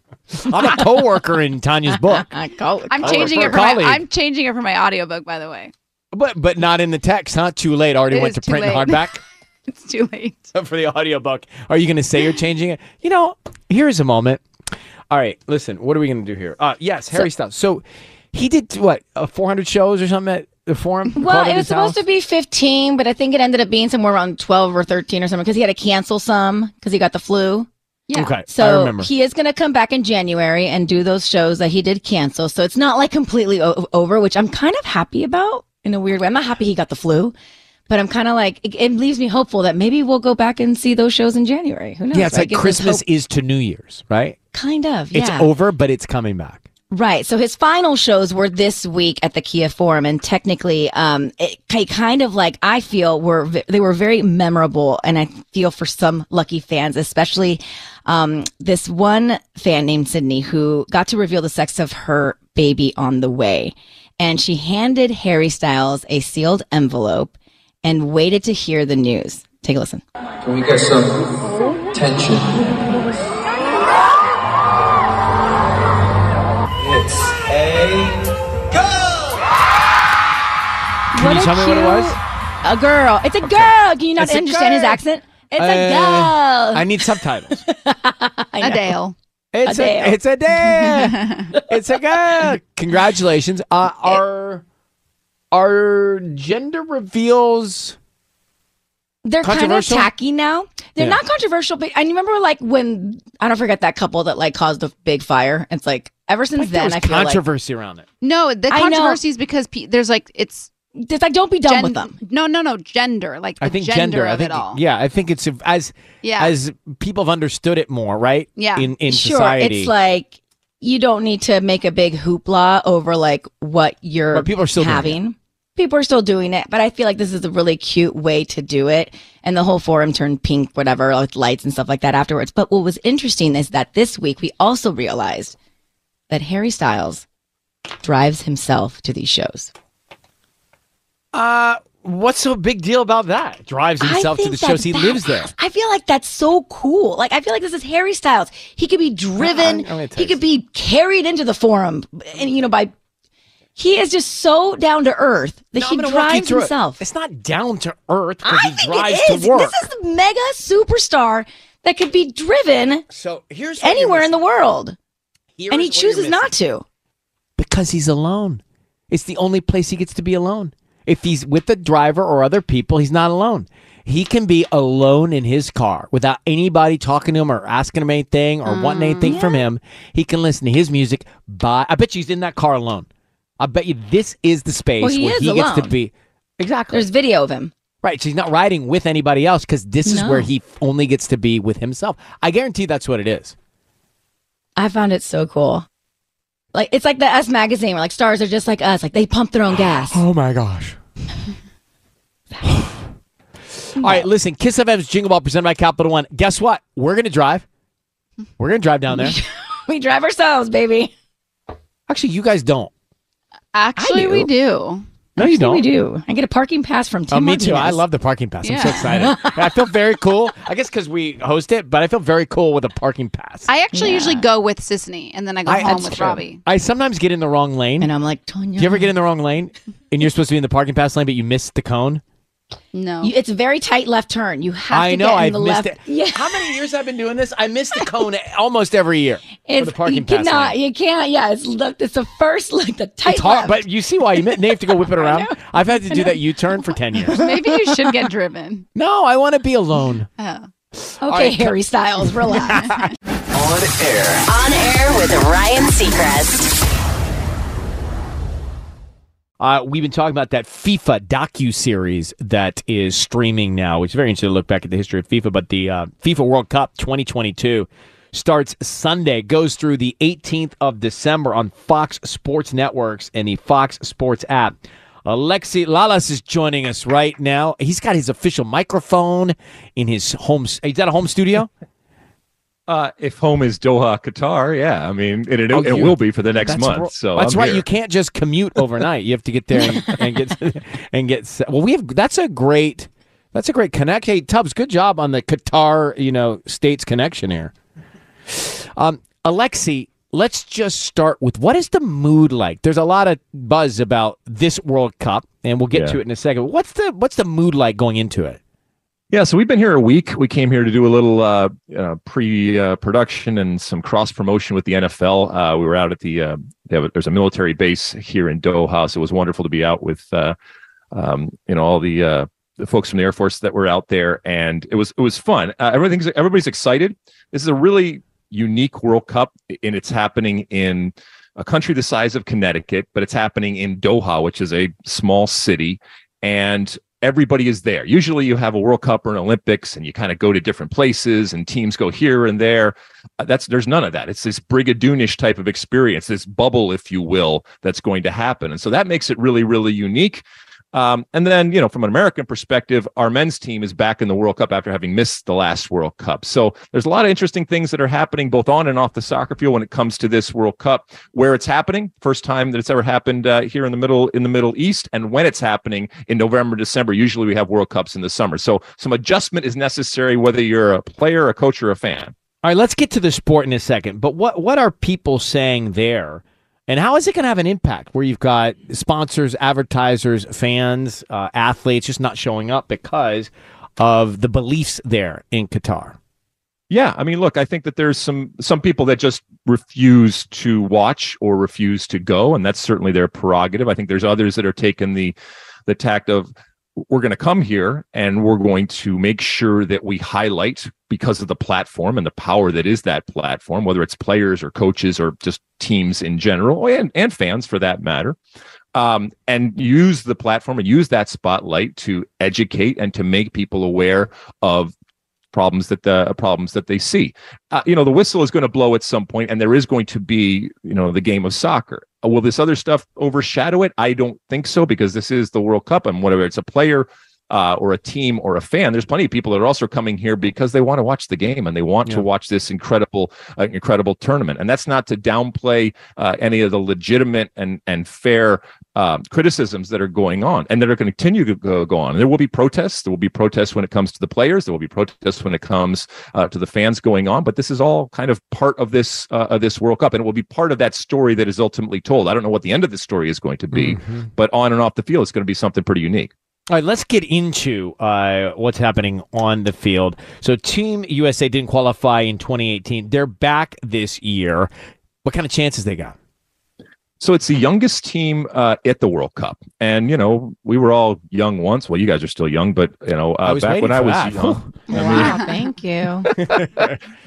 [SPEAKER 2] I'm a coworker in Tanya's book,
[SPEAKER 5] I'm
[SPEAKER 2] Oh,
[SPEAKER 5] changing
[SPEAKER 2] for
[SPEAKER 5] it
[SPEAKER 2] a
[SPEAKER 5] for my,
[SPEAKER 2] colleague.
[SPEAKER 5] I'm changing it for my audiobook, by the way.
[SPEAKER 2] but but not in the text, huh? Too late. Already
[SPEAKER 5] It
[SPEAKER 2] went
[SPEAKER 5] is
[SPEAKER 2] to
[SPEAKER 5] too
[SPEAKER 2] print and
[SPEAKER 5] late.
[SPEAKER 2] hardback.
[SPEAKER 5] It's too late.
[SPEAKER 2] for the audiobook. Are you going to say you're changing it? You know, here's a moment. All right, listen. What are we going to do here? Uh, yes, Harry Styles. So he did what? Uh, 400 shows or something at for him?
[SPEAKER 4] Well,
[SPEAKER 2] Called
[SPEAKER 4] it
[SPEAKER 2] his
[SPEAKER 4] was supposed
[SPEAKER 2] house?
[SPEAKER 4] to be 15, but I think it ended up being somewhere around 12 or 13 or something because he had to cancel some because he got the flu.
[SPEAKER 2] Yeah. Okay, I
[SPEAKER 4] So
[SPEAKER 2] remember.
[SPEAKER 4] he is going to come back in January and do those shows that he did cancel. So it's not like completely o- over, which I'm kind of happy about in a weird way. I'm not happy he got the flu, but I'm kind of like, it, it leaves me hopeful that maybe we'll go back and see those shows in January. Who knows?
[SPEAKER 2] yeah, it's
[SPEAKER 4] right?
[SPEAKER 2] like
[SPEAKER 4] Gives us
[SPEAKER 2] Christmas
[SPEAKER 4] hope.
[SPEAKER 2] is to New Year's, right?
[SPEAKER 4] Kind of.
[SPEAKER 2] It's
[SPEAKER 4] yeah.
[SPEAKER 2] over, but it's coming back.
[SPEAKER 4] Right. So his final shows were this week at the Kia Forum, and technically, um, it ki- kind of like I feel were v- they were very memorable, and I feel for some lucky fans, especially um, this one fan named Sydney who got to reveal the sex of her baby on the way, and she handed Harry Styles a sealed envelope and waited to hear the news. Take a listen.
[SPEAKER 11] Can we get some tension? It's a
[SPEAKER 4] Can
[SPEAKER 2] you tell me what it was?
[SPEAKER 4] A girl. It's a girl. Can you not
[SPEAKER 2] It's a
[SPEAKER 4] understand his
[SPEAKER 2] girl.
[SPEAKER 4] accent? It's a
[SPEAKER 2] Uh,
[SPEAKER 4] girl.
[SPEAKER 2] I need subtitles.
[SPEAKER 5] Adele.
[SPEAKER 2] It's
[SPEAKER 5] Adele.
[SPEAKER 2] a it's a day. it's a girl. Congratulations. Uh, our our gender reveals.
[SPEAKER 4] They're kind of
[SPEAKER 2] Controversial?
[SPEAKER 4] tacky now. They're
[SPEAKER 2] Yeah.
[SPEAKER 4] not controversial, but I remember like when I don't forget that couple that like caused the big fire. It's like ever since
[SPEAKER 2] there
[SPEAKER 4] then
[SPEAKER 2] was
[SPEAKER 4] I feel
[SPEAKER 2] controversy around it.
[SPEAKER 5] No, the
[SPEAKER 4] I know.
[SPEAKER 5] controversy is because pe- there's like it's.
[SPEAKER 4] It's like don't be
[SPEAKER 5] dumb with them. No, no, no. Gender, like the
[SPEAKER 2] I think
[SPEAKER 5] gender,
[SPEAKER 2] gender.
[SPEAKER 5] of
[SPEAKER 2] I think
[SPEAKER 5] it all.
[SPEAKER 2] yeah. I think it's if- as
[SPEAKER 5] Yeah.
[SPEAKER 2] as people have understood it more, right?
[SPEAKER 4] Yeah.
[SPEAKER 2] In in
[SPEAKER 4] like sure,
[SPEAKER 2] society,
[SPEAKER 4] it's like you don't need to make a big hoopla over like what you're
[SPEAKER 2] But people are still doing it.
[SPEAKER 4] having. People are still doing it, but I feel like this is a really cute way to do it. And the whole forum turned pink, whatever, with lights and stuff like that afterwards. But what was interesting is that this week we also realized that Harry Styles drives himself to these shows.
[SPEAKER 2] uh, what's so big deal about that? Drives
[SPEAKER 4] I
[SPEAKER 2] himself to
[SPEAKER 4] think
[SPEAKER 2] the shows.
[SPEAKER 4] that's
[SPEAKER 2] He lives there.
[SPEAKER 4] badass. I feel like that's so cool. Like I feel like this is Harry Styles. He could be driven.
[SPEAKER 2] Uh-uh, gonna tell
[SPEAKER 4] he could be carried into the forum, and you know by. He is just so down to earth that
[SPEAKER 2] No,
[SPEAKER 4] he
[SPEAKER 2] I'm gonna walk you
[SPEAKER 4] drives
[SPEAKER 2] through it.
[SPEAKER 4] himself.
[SPEAKER 2] It's not down to earth because
[SPEAKER 4] I
[SPEAKER 2] he
[SPEAKER 4] think
[SPEAKER 2] drives
[SPEAKER 4] it is.
[SPEAKER 2] to work.
[SPEAKER 4] This is the mega superstar that could be driven
[SPEAKER 2] so here's what you're
[SPEAKER 4] anywhere in the
[SPEAKER 2] missing.
[SPEAKER 4] world,
[SPEAKER 2] Here's
[SPEAKER 4] and he
[SPEAKER 2] what you're
[SPEAKER 4] chooses
[SPEAKER 2] missing.
[SPEAKER 4] not to.
[SPEAKER 2] because he's alone. It's the only place he gets to be alone. If he's with the driver or other people, he's not alone. He can be alone in his car without anybody talking to him or asking him anything or wanting
[SPEAKER 4] Mm,
[SPEAKER 2] anything from him. He can listen to his music by I bet you he's in that car alone. I bet you this is the space
[SPEAKER 4] Well, he
[SPEAKER 2] where
[SPEAKER 4] is
[SPEAKER 2] he gets
[SPEAKER 4] alone.
[SPEAKER 2] to be Exactly.
[SPEAKER 4] There's video of him.
[SPEAKER 2] Right, so he's not riding with anybody else because this is
[SPEAKER 4] No.
[SPEAKER 2] where he only gets to be with himself. I guarantee that's what it is.
[SPEAKER 4] I found it so cool. Like it's like the Us magazine where like stars are just like us. Like they pump their own gas.
[SPEAKER 2] Oh my gosh. All right, listen, Kiss FM's Jingle Ball presented by Capital One. Guess what? We're going to drive. We're going to drive down there.
[SPEAKER 4] we drive ourselves, baby.
[SPEAKER 2] Actually, you guys don't.
[SPEAKER 5] Actually, we do.
[SPEAKER 2] No, you don't.
[SPEAKER 4] We do. I get a parking pass from Tim.
[SPEAKER 2] Oh, me too.
[SPEAKER 4] Martinez.
[SPEAKER 2] I love the parking pass. I'm so
[SPEAKER 5] Yeah.
[SPEAKER 2] excited. I feel very cool. I guess because we host it, but I feel very cool with a parking pass.
[SPEAKER 5] I actually usually go with Sisney, and then I go
[SPEAKER 2] I-
[SPEAKER 5] home
[SPEAKER 2] that's
[SPEAKER 5] with
[SPEAKER 2] true.
[SPEAKER 5] Robbie.
[SPEAKER 2] I sometimes get in the wrong lane. And
[SPEAKER 4] I'm like, Tonya.
[SPEAKER 2] Do you ever get in the wrong lane and you're supposed to be in the parking pass lane, but you missed the cone?
[SPEAKER 5] No,
[SPEAKER 4] You- it's a very tight left turn. You have
[SPEAKER 2] I
[SPEAKER 4] to
[SPEAKER 2] know.
[SPEAKER 4] get in
[SPEAKER 2] I've
[SPEAKER 4] the
[SPEAKER 2] missed
[SPEAKER 4] left.
[SPEAKER 2] it. How many years I've been doing this? I miss the cone almost every year. for the parking
[SPEAKER 4] you
[SPEAKER 2] pass lane.
[SPEAKER 4] cannot. You can't. Yeah, it's look. It's the first like the tight.
[SPEAKER 2] It's hard,
[SPEAKER 4] left.
[SPEAKER 2] but you see why you may have to go whip it around. I've had to do that U turn for 10 years.
[SPEAKER 5] Maybe you should get driven.
[SPEAKER 2] No, I want to be alone.
[SPEAKER 5] Oh.
[SPEAKER 4] Okay,
[SPEAKER 2] All right.
[SPEAKER 4] Harry Styles, relax.
[SPEAKER 9] On air.
[SPEAKER 1] On air with Ryan Seacrest.
[SPEAKER 2] Uh, we've been talking about that FIFA docu series that is streaming now, which is very interesting to look back at the history of FIFA. But the uh, FIFA World Cup 2022 starts Sunday, goes through the 18th of December on Fox Sports Networks and the Fox Sports app. Alexi Lalas is joining us right now. He's got his official microphone in his home. s- Is that a home studio?
[SPEAKER 12] Uh, if home is Doha, Qatar, yeah. I mean, and it,
[SPEAKER 2] Oh,
[SPEAKER 12] it
[SPEAKER 2] you-
[SPEAKER 12] will be for the next
[SPEAKER 2] That's
[SPEAKER 12] month.
[SPEAKER 2] ro-
[SPEAKER 12] so
[SPEAKER 2] that's
[SPEAKER 12] I'm
[SPEAKER 2] right.
[SPEAKER 12] here.
[SPEAKER 2] You can't just commute overnight. You have to get there and, and get and get. set. Well, we have. That's a great. That's a great connect. Hey, Tubbs, good job on the Qatar, you know, states connection here. Um, Alexi, let's just start with what is the mood like? There's a lot of buzz about this World Cup, and we'll get
[SPEAKER 12] Yeah.
[SPEAKER 2] to it in a second. What's the what's the mood like going into it?
[SPEAKER 12] Yeah, so we've been here a week. We came here to do a little uh, uh, pre-production and some cross promotion with the NFL. Uh, we were out at the uh, they have a- there's a military base here in Doha, so it was wonderful to be out with uh, um, you know all the uh, the folks from the Air Force that were out there, and it was it was fun. Uh, everything's everybody's excited. This is a really unique World Cup, and it's happening in a country the size of Connecticut, but it's happening in Doha, which is a small city, and everybody is there. Usually, you have a World Cup or an Olympics, and you kind of go to different places, and teams go here and there. Uh, that's there's none of that. It's this Brigadoonish type of experience, this bubble, if you will, that's going to happen, and so that makes it really, really unique. Um, and then, you know, from an American perspective, our men's team is back in the World Cup after having missed the last World Cup. So there's a lot of interesting things that are happening both on and off the soccer field when it comes to this World Cup, where it's happening, first time that it's ever happened uh, here in the middle in the Middle East, and when it's happening in November, December. Usually we have World Cups in the summer, so some adjustment is necessary whether you're a player, a coach, or a fan.
[SPEAKER 13] All right, let's get to the sport in a second. But what what are people saying there, and how is it going to have an impact? Where you've got sponsors, advertisers, fans, uh, athletes just not showing up because of the beliefs there in Qatar.
[SPEAKER 12] Yeah, I mean, look, I think that there's some some people that just refuse to watch or refuse to go, and that's certainly their prerogative. I think there's others that are taking the the tact of we're going to come here and we're going to make sure that we highlight because of the platform and the power that is that platform, whether it's players or coaches or just teams in general and and fans for that matter um, and use the platform and use that spotlight to educate and to make people aware of problems that the uh, problems that they see. Uh, you know, the whistle is going to blow at some point, and there is going to be you know the game of soccer. Uh, Will this other stuff overshadow it? I don't think so because this is the World Cup, and whether it's a player. Uh, or a team or a fan. There's plenty of people that are also coming here because they want to watch the game and they want to watch this incredible, uh, incredible tournament. And that's not to downplay uh, any of the legitimate and and fair um, criticisms that are going on and that are going to continue to go, go on. And there will be protests. There will be protests when it comes to the players. There will be protests when it comes uh, to the fans going on. But this is all kind of part of this uh, of this World Cup, and it will be part of that story that is ultimately told. I don't know what the end of the story is going to be,
[SPEAKER 13] Mm-hmm.
[SPEAKER 12] but on and off the field, it's going to be something pretty unique.
[SPEAKER 13] All right, let's get into uh, what's happening on the field. So, Team USA didn't qualify in 2018. They're back this year. What kind of chances they got?
[SPEAKER 12] So it's the youngest team uh, at the World Cup, and you know we were all young once. Well, you guys are still young, but you know
[SPEAKER 13] I
[SPEAKER 12] uh,
[SPEAKER 13] was
[SPEAKER 12] back
[SPEAKER 13] waiting
[SPEAKER 12] when I
[SPEAKER 13] for
[SPEAKER 12] was
[SPEAKER 13] that.
[SPEAKER 12] young.
[SPEAKER 1] Wow, thank you.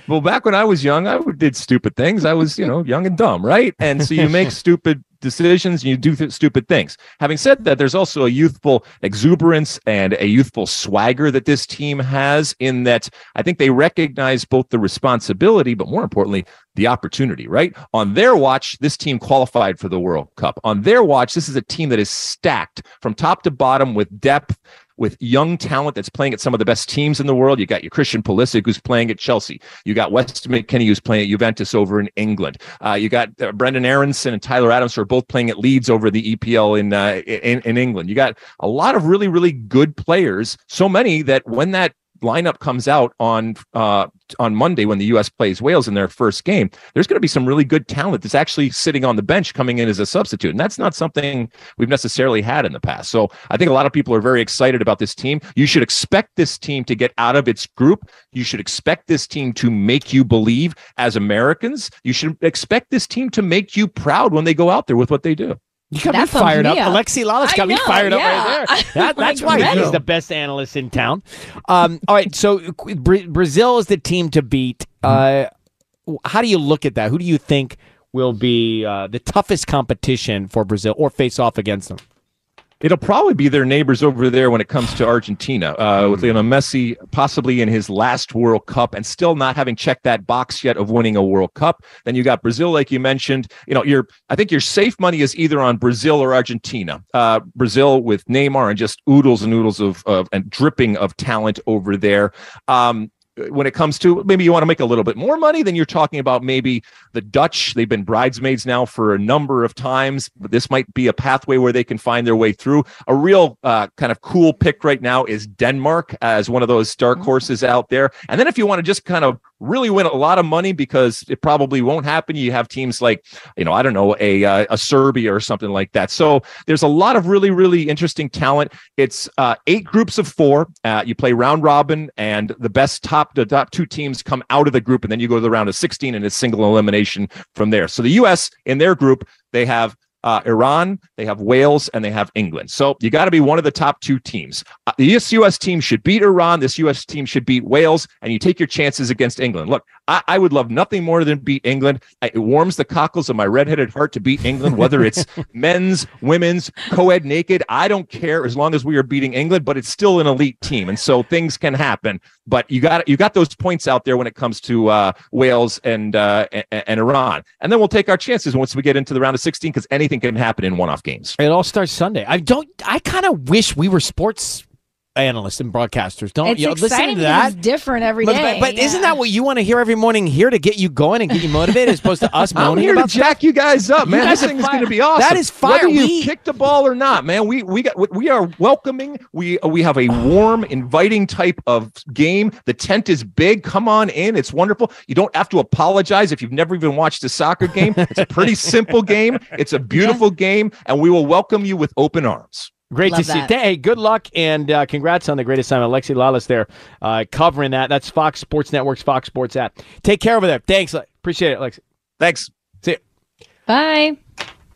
[SPEAKER 12] well, back when I was young, I did stupid things. I was you know young and dumb, right? And so you make stupid decisions and you do th- stupid things. Having said that, there's also a youthful exuberance and a youthful swagger that this team has. In that, I think they recognize both the responsibility, but more importantly, the opportunity, right? On their watch, this team qualified for the World Cup. On their watch, this is a team that is stacked from top to bottom with depth, with young talent that's playing at some of the best teams in the world. You got your Christian Pulisic who's playing at Chelsea. You got Weston McKinney who's playing at Juventus over in England. Uh, you got uh, Brendan Aronson and Tyler Adams who are both playing at Leeds over the EPL in, uh, in in England. You got a lot of really really good players. So many that when that lineup comes out on uh, on Monday when the U.S. plays Wales in their first game, there's going to be some really good talent that's actually sitting on the bench coming in as a substitute, and that's not something we've necessarily had in the past. So I think a lot of people are very excited about this team. You should expect this team to get out of its group. You should expect this team to make you believe as Americans. You should expect this team to make you proud when they go out there with what they do.
[SPEAKER 13] You got me fired up.
[SPEAKER 2] uh,
[SPEAKER 13] Alexi Lalas got me fired up right there. That, that's why
[SPEAKER 12] ready.
[SPEAKER 13] he's the best analyst in town. Um, all right, so Qu- Bra- Brazil is the team to beat.
[SPEAKER 2] Mm-hmm.
[SPEAKER 13] Uh, w- how do you look at that? Who do you think will be uh, the toughest competition for Brazil or face off against them?
[SPEAKER 12] It'll probably be their neighbors over there when it comes to Argentina, uh, with Lionel Messi possibly in his last World Cup and still not having checked that box yet of winning a World Cup. Then you got Brazil, like you mentioned. You know, your I think your safe money is either on Brazil or Argentina. Uh, Brazil with Neymar and just oodles and oodles of, of and dripping of talent over there. Um, when it comes to maybe you want to make a little bit more money, then you're talking about maybe the Dutch. They've been bridesmaids now for a number of times. But this might be a pathway where they can find their way through. A real uh, kind of cool pick right now is Denmark as one of those dark horses out there. And then if you want to just kind of really win a lot of money because it probably won't happen. You have teams like, you know, I don't know, a uh, a Serbia or something like that. So there's a lot of really really interesting talent. It's uh, eight groups of four. Uh, you play round robin, and the best top the top two teams come out of the group, and then you go to the round of 16, and it's single elimination from there. So the U.S. in their group, they have uh, Iran, they have Wales, and they have England. So you got to be one of the top two teams. Uh, this U.S. team should beat Iran. This U.S. team should beat Wales, and you take your chances against England. Look, I, I would love nothing more than beat England. I- it warms the cockles of my redheaded heart to beat England, whether it's men's, women's, co-ed, naked. I don't care as long as we are beating England, but it's still an elite team, and so things can happen. But you got you got those points out there when it comes to uh, Wales and, uh, and and Iran, and then we'll take our chances once we get into the round of 16 because anything can happen in one-off games.
[SPEAKER 2] It all starts Sunday. I don't. I kind of wish we were sports analysts and broadcasters. Don't
[SPEAKER 4] It's
[SPEAKER 2] you know, listen
[SPEAKER 4] exciting
[SPEAKER 2] to that?
[SPEAKER 4] because It's different every
[SPEAKER 2] But,
[SPEAKER 4] day.
[SPEAKER 2] but- but isn't that what you want to hear every morning here to get you going and get you motivated, as opposed to us
[SPEAKER 12] I'm
[SPEAKER 2] moaning
[SPEAKER 12] here to
[SPEAKER 2] about stuff?
[SPEAKER 12] jack you guys up,
[SPEAKER 2] You
[SPEAKER 12] man.
[SPEAKER 2] guys
[SPEAKER 12] This
[SPEAKER 2] are
[SPEAKER 12] thing is
[SPEAKER 2] fire.
[SPEAKER 12] going to be awesome.
[SPEAKER 2] That is fire.
[SPEAKER 12] Whether you
[SPEAKER 2] We-
[SPEAKER 12] kick the ball or not, man, we we got we are welcoming. We we have a warm, inviting type of game. The tent is big. Come on in. It's wonderful. You don't have to apologize if you've never even watched a soccer game. It's a pretty simple game. It's a beautiful game, and we will welcome you with open arms.
[SPEAKER 2] Great to see you. Hey, good luck and uh, congrats on the great assignment. Alexi Lawless there uh, covering that. That's Fox Sports Network's Fox Sports app. Take care over there. Thanks. Le- Appreciate it, Alexi.
[SPEAKER 12] Thanks.
[SPEAKER 2] See you.
[SPEAKER 4] Bye.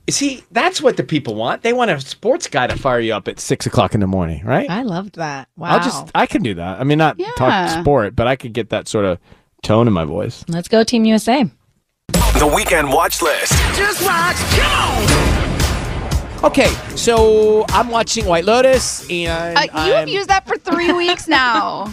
[SPEAKER 2] See, that's what the people want. They want a sports guy to fire you up at six o'clock in the morning, right?
[SPEAKER 4] I loved that. Wow.
[SPEAKER 2] I'll just, I can do that. I mean, not talk
[SPEAKER 4] Yeah.
[SPEAKER 2] sport, but I could get that sort of tone in my voice.
[SPEAKER 4] Let's go, Team USA.
[SPEAKER 14] The weekend watch list.
[SPEAKER 6] Just watch. Come on.
[SPEAKER 2] Okay, so I'm watching White Lotus, and
[SPEAKER 5] Uh, you have
[SPEAKER 2] I'm
[SPEAKER 5] used that for three weeks now.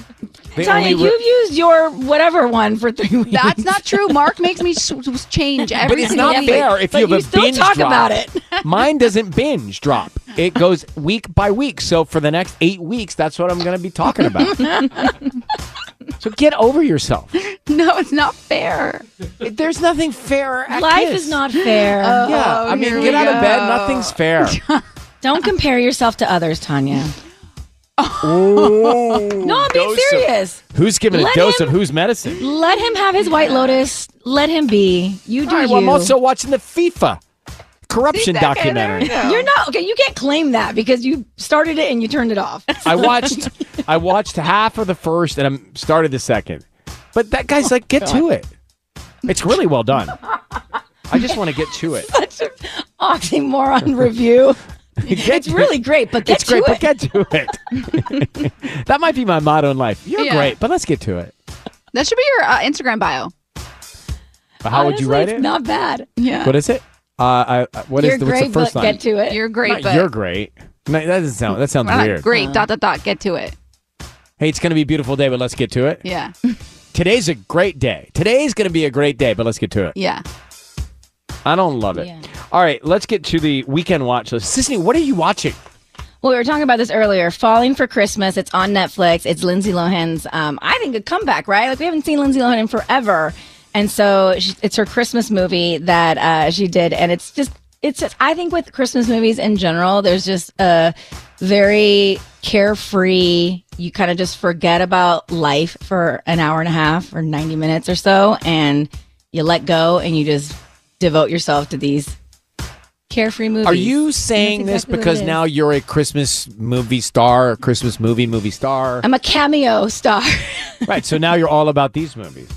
[SPEAKER 2] the
[SPEAKER 4] Tanya,
[SPEAKER 2] only re-
[SPEAKER 4] you've used your whatever one for three weeks.
[SPEAKER 5] That's not true. Mark makes me s- s- change every
[SPEAKER 2] but it's
[SPEAKER 5] single
[SPEAKER 2] not
[SPEAKER 5] week.
[SPEAKER 2] fair if
[SPEAKER 4] but
[SPEAKER 2] you have
[SPEAKER 4] you
[SPEAKER 2] a
[SPEAKER 4] still
[SPEAKER 2] binge
[SPEAKER 4] talk
[SPEAKER 2] drop.
[SPEAKER 4] about it.
[SPEAKER 2] Mine doesn't binge drop. It goes week by week. So for the next eight weeks, that's what I'm going to be talking about. so get over yourself.
[SPEAKER 5] No, it's not fair.
[SPEAKER 2] There's nothing fair. At
[SPEAKER 4] Life is not fair.
[SPEAKER 5] Oh,
[SPEAKER 2] yeah, I mean,
[SPEAKER 5] here
[SPEAKER 2] get
[SPEAKER 5] we
[SPEAKER 2] out of bed.
[SPEAKER 5] go.
[SPEAKER 2] Nothing's fair.
[SPEAKER 4] Don't compare yourself to others, Tanya.
[SPEAKER 2] Oh.
[SPEAKER 4] No, I'm being serious.
[SPEAKER 2] Who's giving a
[SPEAKER 4] Let
[SPEAKER 2] dose
[SPEAKER 4] him-
[SPEAKER 2] of whose medicine?
[SPEAKER 4] Let him have his white lotus. Let him be. You do
[SPEAKER 2] All right,
[SPEAKER 4] you.
[SPEAKER 2] well, I'm also watching the FIFA corruption documentary.
[SPEAKER 4] You're not okay. You can't claim that because you started it and you turned it off.
[SPEAKER 2] I watched I watched half of the first and I'm started the second. But that guy's like,
[SPEAKER 4] Oh,
[SPEAKER 2] get to it. It's really well done. I just want to get to it.
[SPEAKER 4] Such an oxymoron review. it's really great, but get
[SPEAKER 2] it's great,
[SPEAKER 4] to
[SPEAKER 2] but
[SPEAKER 4] it.
[SPEAKER 2] get to it. that might be my motto in life. You're
[SPEAKER 5] Yeah.
[SPEAKER 2] great, but let's get to it.
[SPEAKER 5] That should be your uh, Instagram bio.
[SPEAKER 2] But how would you
[SPEAKER 4] Honestly,
[SPEAKER 2] write
[SPEAKER 4] it's
[SPEAKER 2] it?
[SPEAKER 4] Not bad.
[SPEAKER 5] Yeah.
[SPEAKER 2] What is it? Uh, I, I, what is
[SPEAKER 4] You're
[SPEAKER 2] the, what's
[SPEAKER 4] great,
[SPEAKER 2] the first
[SPEAKER 4] but
[SPEAKER 2] line?
[SPEAKER 4] get to it.
[SPEAKER 5] You're great,
[SPEAKER 2] Not
[SPEAKER 5] but
[SPEAKER 2] you're great. No, that doesn't sound. That sounds
[SPEAKER 5] We're not
[SPEAKER 2] weird.
[SPEAKER 5] great.
[SPEAKER 4] Uh.
[SPEAKER 5] Dot dot dot. Get to it.
[SPEAKER 2] Hey, it's gonna be a beautiful day, but let's get to it.
[SPEAKER 5] Yeah.
[SPEAKER 2] Today's a great day. Today's gonna be a great day, but let's get to it.
[SPEAKER 5] Yeah.
[SPEAKER 2] I don't love it. All right, let's get to the weekend watch list. Sisney, what are you watching?
[SPEAKER 4] Well, we were talking about this earlier. Falling for Christmas. It's on Netflix. It's Lindsay Lohan's, um, I think, a comeback, right? Like, we haven't seen Lindsay Lohan in forever. And so she, it's her Christmas movie that uh, she did. And it's just, it's just, I think with Christmas movies in general, there's just a very carefree, you kind of just forget about life for an hour and a half or 90 minutes or so. And you let go and you just devote yourself to these carefree movies.
[SPEAKER 2] Are you saying
[SPEAKER 4] And that's exactly
[SPEAKER 2] this
[SPEAKER 4] what it
[SPEAKER 2] because
[SPEAKER 4] is.
[SPEAKER 2] now you're a Christmas movie star, a Christmas movie movie star?
[SPEAKER 4] I'm a cameo star.
[SPEAKER 2] right, so now you're all about these movies.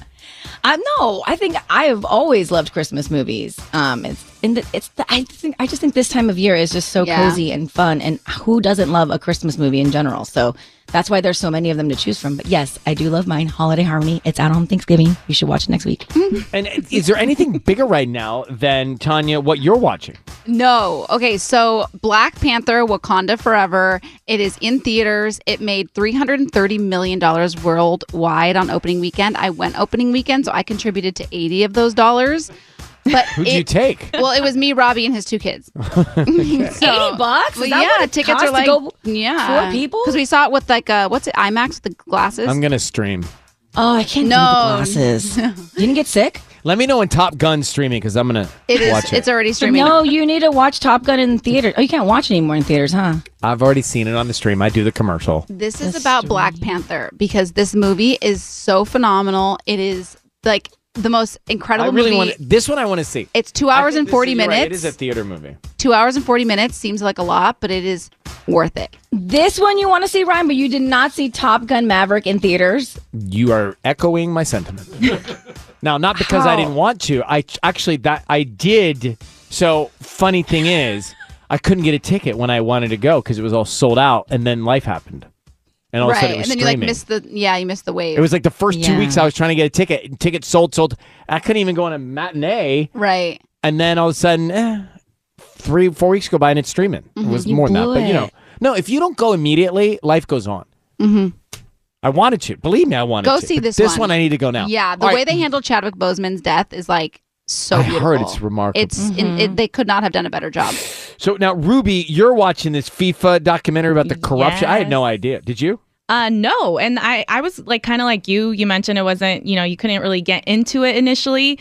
[SPEAKER 4] I no, I think I have always loved Christmas movies. Um, it's in the, it's the, I think I just think this time of year is just so
[SPEAKER 5] Yeah.
[SPEAKER 4] cozy and fun, and who doesn't love a Christmas movie in general? So that's why there's so many of them to choose from. But yes, I do love mine. Holiday Harmony. It's out on Thanksgiving. You should watch it next week.
[SPEAKER 2] And is there anything bigger right now than Tanya what you're watching?
[SPEAKER 5] No. Okay, so Black Panther Wakanda Forever, it is in theaters. It made $330 million worldwide on opening weekend. I went opening weekend, so I contributed to 80 of those dollars. But
[SPEAKER 2] Who'd you
[SPEAKER 5] it-
[SPEAKER 2] take?
[SPEAKER 5] Well, it was me, Robbie, and his two kids.
[SPEAKER 4] Eighty bucks. Is
[SPEAKER 5] Well,
[SPEAKER 4] that
[SPEAKER 5] yeah,
[SPEAKER 4] what it
[SPEAKER 5] tickets
[SPEAKER 4] costs
[SPEAKER 5] are like
[SPEAKER 4] to go
[SPEAKER 5] yeah,
[SPEAKER 4] four people.
[SPEAKER 5] Because we saw it with like uh, what's it, IMAX with the glasses.
[SPEAKER 2] I'm gonna stream.
[SPEAKER 4] Oh, I can't
[SPEAKER 5] No.
[SPEAKER 4] do the glasses. you didn't get sick.
[SPEAKER 2] Let me know when Top Gun's streaming because I'm gonna
[SPEAKER 5] It is.
[SPEAKER 2] watch it.
[SPEAKER 5] It's already streaming.
[SPEAKER 4] No, you need to watch Top Gun in theaters. Oh, you can't watch anymore in theaters, huh?
[SPEAKER 2] I've already seen it on the stream. I do the commercial.
[SPEAKER 5] This is about Black Panther because this movie is so phenomenal. It is like the most incredible
[SPEAKER 2] I really
[SPEAKER 5] movie.
[SPEAKER 2] want this one. I want to see.
[SPEAKER 5] it's two hours
[SPEAKER 2] I think
[SPEAKER 5] and
[SPEAKER 2] this-
[SPEAKER 5] 40
[SPEAKER 2] you're
[SPEAKER 5] minutes.
[SPEAKER 2] right, it is a theater movie.
[SPEAKER 5] two hours and 40 minutes seems like a lot, but it is worth it.
[SPEAKER 4] This one you want to see, Ryan, but you did not see Top Gun Maverick in theaters.
[SPEAKER 2] You are echoing my sentiment. now, not because I
[SPEAKER 4] How?
[SPEAKER 2] didn't want to. I ch- actually that I did. So funny thing is, I couldn't get a ticket when I wanted to go because it was all sold out, and then life happened, and all
[SPEAKER 5] right.
[SPEAKER 2] of a sudden it was
[SPEAKER 5] and then
[SPEAKER 2] streaming.
[SPEAKER 5] you like missed the yeah, you missed the wave.
[SPEAKER 2] it was like the first two weeks I was trying to get a ticket. and Tickets sold, sold. I couldn't even go on a matinee.
[SPEAKER 5] Right.
[SPEAKER 2] And then all of a sudden, eh, three, four weeks go by and it's streaming. It
[SPEAKER 5] Mhm.
[SPEAKER 2] was
[SPEAKER 5] You
[SPEAKER 2] more than that.
[SPEAKER 5] blew
[SPEAKER 2] But you know,
[SPEAKER 5] it.
[SPEAKER 2] no, if you don't go immediately, life goes on.
[SPEAKER 5] Mhm.
[SPEAKER 2] I wanted to. Believe me, I wanted
[SPEAKER 5] Go
[SPEAKER 2] to.
[SPEAKER 5] see
[SPEAKER 2] But
[SPEAKER 5] this
[SPEAKER 2] This one
[SPEAKER 5] one.
[SPEAKER 2] I need to go now.
[SPEAKER 5] Yeah, the
[SPEAKER 2] All right.
[SPEAKER 5] way they handled Chadwick Boseman's death is like so
[SPEAKER 2] I heard
[SPEAKER 5] beautiful.
[SPEAKER 2] it's remarkable.
[SPEAKER 5] It's in,
[SPEAKER 15] Mm-hmm.
[SPEAKER 5] it, they could not have done a better job.
[SPEAKER 2] So now, Ruby, you're watching this FIFA documentary about the corruption. I had no idea. Did you?
[SPEAKER 16] Uh, no, and I I was like kind of like you. You mentioned it wasn't you know you couldn't really get into it initially,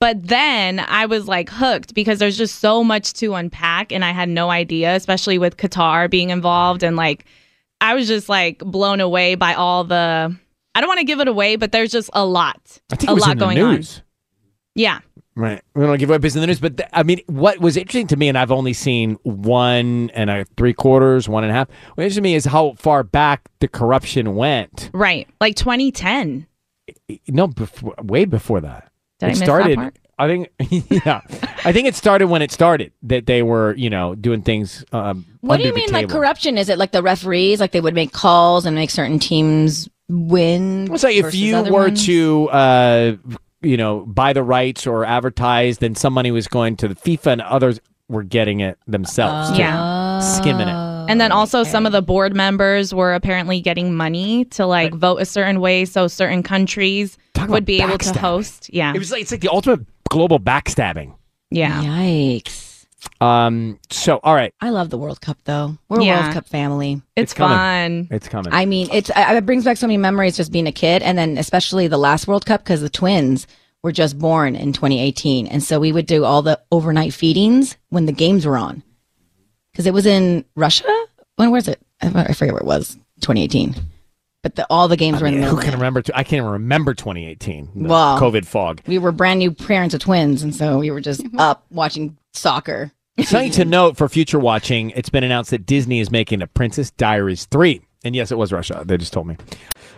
[SPEAKER 16] but then I was like hooked because there's just so much to unpack, and I had no idea, especially with Qatar being involved, and like I was just like blown away by all the. I don't want to give it away, but there's just a lot,
[SPEAKER 2] I think
[SPEAKER 16] a
[SPEAKER 2] it was
[SPEAKER 16] lot
[SPEAKER 2] in the
[SPEAKER 16] going
[SPEAKER 2] news.
[SPEAKER 16] on. Yeah.
[SPEAKER 2] Right. We don't give away business in the news, but th- I mean, what was interesting to me, and I've only seen one and a three quarters, one and a half. What interested me is how far back the corruption went.
[SPEAKER 16] Right. Like 2010.
[SPEAKER 2] No, before, way before that.
[SPEAKER 16] Did I
[SPEAKER 2] it
[SPEAKER 16] miss that
[SPEAKER 2] started.
[SPEAKER 16] part?
[SPEAKER 2] I think. Yeah, I think it started when it started that they were, you know, doing things. Um,
[SPEAKER 4] What do
[SPEAKER 2] under
[SPEAKER 4] you
[SPEAKER 2] the
[SPEAKER 4] mean, like
[SPEAKER 2] table.
[SPEAKER 4] corruption? Is it like the referees, like they would make calls and make certain teams win?
[SPEAKER 2] Let's say if
[SPEAKER 4] versus
[SPEAKER 2] you
[SPEAKER 4] other
[SPEAKER 2] were
[SPEAKER 4] ones?
[SPEAKER 2] to, uh, you know, buy the rights or advertise, then somebody was going to the FIFA and others were getting it themselves. too.
[SPEAKER 16] Yeah.
[SPEAKER 2] Skimming it.
[SPEAKER 16] And then also some of the board members were apparently getting money to like vote a certain way so certain countries would be able to host. Yeah.
[SPEAKER 2] It was like, it's like the ultimate global backstabbing.
[SPEAKER 16] yeah.
[SPEAKER 4] Yikes.
[SPEAKER 2] Um, so, all right.
[SPEAKER 4] I love the World Cup though. We're a
[SPEAKER 2] Yeah.
[SPEAKER 4] World Cup family.
[SPEAKER 2] It's It's coming. fun. It's coming.
[SPEAKER 4] I mean, it's I, it brings back so many memories just being a kid, and then especially the last World Cup because the twins were just born in 2018, and so we would do all the overnight feedings when the games were on, because it was in Russia. When was it? I, I forget where it was. 2018. But the, all the games
[SPEAKER 2] I
[SPEAKER 4] were in
[SPEAKER 2] mean,
[SPEAKER 4] the middle.
[SPEAKER 2] who
[SPEAKER 4] of
[SPEAKER 2] can
[SPEAKER 4] it.
[SPEAKER 2] remember? T- I can't even remember 2018. the
[SPEAKER 4] Well.
[SPEAKER 2] COVID fog.
[SPEAKER 4] We were brand new parents of twins, and so we were just up watching soccer.
[SPEAKER 2] Something to note for future watching, it's been announced that Disney is making a Princess Diaries 3. And yes, it was Russia. They just told me.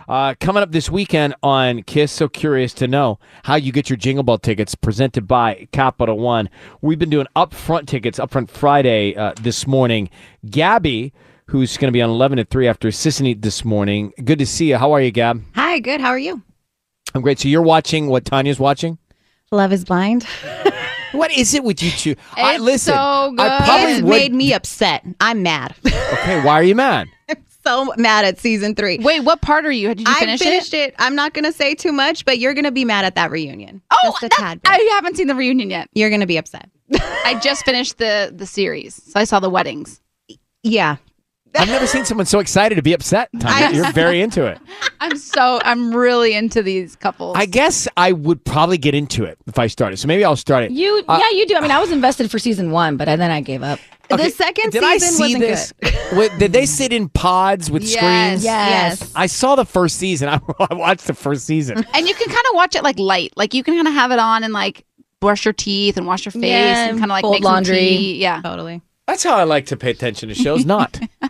[SPEAKER 2] Uh, coming up this weekend on Kiss, so curious to know how you get your Jingle Ball tickets presented by Capital One. We've been doing upfront tickets, upfront Friday uh, this morning. Gabby, who's going to be on 11 to 3 after Sissany this morning. Good to see you. How are you, Gab?
[SPEAKER 15] Hi, good. How are you?
[SPEAKER 2] I'm great. So you're watching what Tanya's watching?
[SPEAKER 15] Love is blind.
[SPEAKER 2] What is it with you two? I listen.
[SPEAKER 15] so
[SPEAKER 2] I probably
[SPEAKER 15] It's
[SPEAKER 2] would-
[SPEAKER 15] made me upset. I'm mad.
[SPEAKER 2] Okay, why are you mad?
[SPEAKER 15] so mad at season three.
[SPEAKER 5] Wait, what part are you? Did you finish
[SPEAKER 15] I
[SPEAKER 5] it?
[SPEAKER 15] finished it? I'm not going to say too much, but you're going to be mad at that reunion. Oh, just a tad bit.
[SPEAKER 5] I haven't seen the reunion yet.
[SPEAKER 15] You're going to be upset.
[SPEAKER 5] I just finished the the series, so I saw the weddings.
[SPEAKER 15] Yeah.
[SPEAKER 2] I've never seen someone so excited to be upset. Tanya.
[SPEAKER 5] I'm-
[SPEAKER 2] You're very into it.
[SPEAKER 5] I'm so I'm really into these couples.
[SPEAKER 2] I guess I would probably get into it if I started. So maybe I'll start it.
[SPEAKER 4] You,
[SPEAKER 2] Uh,
[SPEAKER 4] yeah, you do. I mean, I was invested for season one, but I, then I gave up.
[SPEAKER 15] the second
[SPEAKER 2] Did
[SPEAKER 15] season
[SPEAKER 2] I see
[SPEAKER 15] wasn't
[SPEAKER 2] this?
[SPEAKER 15] good.
[SPEAKER 2] Wa- Did they sit in pods with
[SPEAKER 5] Yes,
[SPEAKER 2] screens?
[SPEAKER 5] yes.
[SPEAKER 2] I saw the first season. I, I watched the first season.
[SPEAKER 5] And you can kind of watch it like light. Like you can kind of have it on and like brush your teeth and wash your face
[SPEAKER 4] Yeah,
[SPEAKER 5] and kind of like
[SPEAKER 4] fold
[SPEAKER 5] make some
[SPEAKER 4] laundry.
[SPEAKER 5] tea. Yeah.
[SPEAKER 15] Totally.
[SPEAKER 2] That's how I like to pay attention to shows. Not. Uh,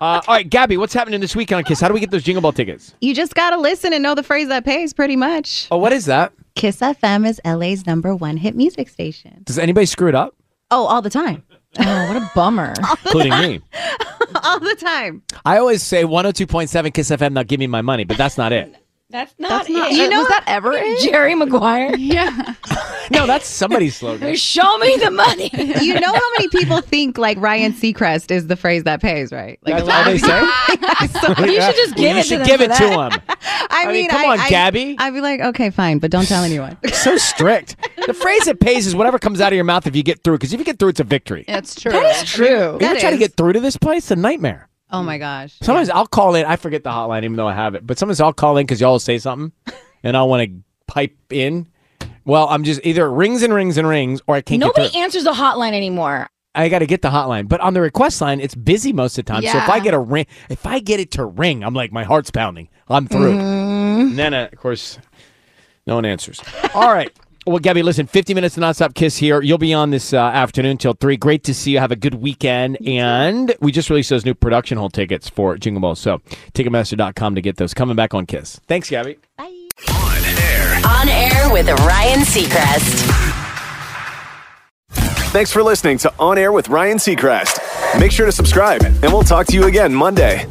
[SPEAKER 2] all right, Gabby, what's happening this week on Kiss? How do we get those jingle ball tickets?
[SPEAKER 15] You just got to listen and know the phrase that pays pretty much.
[SPEAKER 2] Oh, what is that?
[SPEAKER 15] Kiss FM is LA's number one hit music station.
[SPEAKER 2] Does anybody screw it up,
[SPEAKER 15] Oh, all the time.
[SPEAKER 4] Oh, what a bummer.
[SPEAKER 2] including me?
[SPEAKER 15] all the time.
[SPEAKER 2] I always say 102.7 Kiss FM. Now give me my money, but that's not it.
[SPEAKER 4] That's not,
[SPEAKER 5] That's not.
[SPEAKER 4] it.
[SPEAKER 5] You know was that ever it?
[SPEAKER 4] Jerry Maguire?
[SPEAKER 5] Yeah.
[SPEAKER 2] No, that's somebody's slogan.
[SPEAKER 4] Show me the money.
[SPEAKER 15] you know how many people think like Ryan Seacrest is the phrase that pays, right? Like,
[SPEAKER 2] That's all they say.
[SPEAKER 15] You should just give
[SPEAKER 2] you
[SPEAKER 15] it to
[SPEAKER 2] should
[SPEAKER 15] them
[SPEAKER 2] give
[SPEAKER 15] for
[SPEAKER 2] it
[SPEAKER 15] that.
[SPEAKER 2] to them.
[SPEAKER 15] I,
[SPEAKER 2] I mean,
[SPEAKER 15] mean,
[SPEAKER 2] come
[SPEAKER 15] I,
[SPEAKER 2] on,
[SPEAKER 15] I-
[SPEAKER 2] Gabby.
[SPEAKER 15] I'd be like, okay, fine, but don't tell anyone.
[SPEAKER 2] so strict. The phrase that pays is whatever comes out of your mouth if you get through. Because if you get through, it's a victory.
[SPEAKER 5] That's true.
[SPEAKER 15] That is true.
[SPEAKER 2] If you try to get through to this place, it's a nightmare.
[SPEAKER 15] oh my gosh.
[SPEAKER 2] Sometimes I'll call in. I forget the hotline, even though I have it. But sometimes I'll call in because y'all will say something, and I want to pipe in. Well, I'm just either it rings and rings and rings, or I can't get
[SPEAKER 4] Nobody
[SPEAKER 2] through.
[SPEAKER 4] answers the hotline anymore.
[SPEAKER 2] I got to get the hotline. But on the request line, it's busy most of the time. So if I
[SPEAKER 4] Yeah.
[SPEAKER 2] get a ring, if I get it to ring, I'm like my heart's pounding. I'm through. And then, uh, of course, No one answers. All right. Well, Gabby, listen, 50 minutes of nonstop kiss here. You'll be on this uh, afternoon till 3. Great to see you. Have a good weekend. And we just released those new production hall tickets for Jingle Balls. So ticketmaster.com to get those. Coming back on Kiss. Thanks, Gabby.
[SPEAKER 4] On air with Ryan Seacrest.
[SPEAKER 6] Thanks for listening to On Air with Ryan Seacrest. Make sure to subscribe, and we'll talk to you again Monday.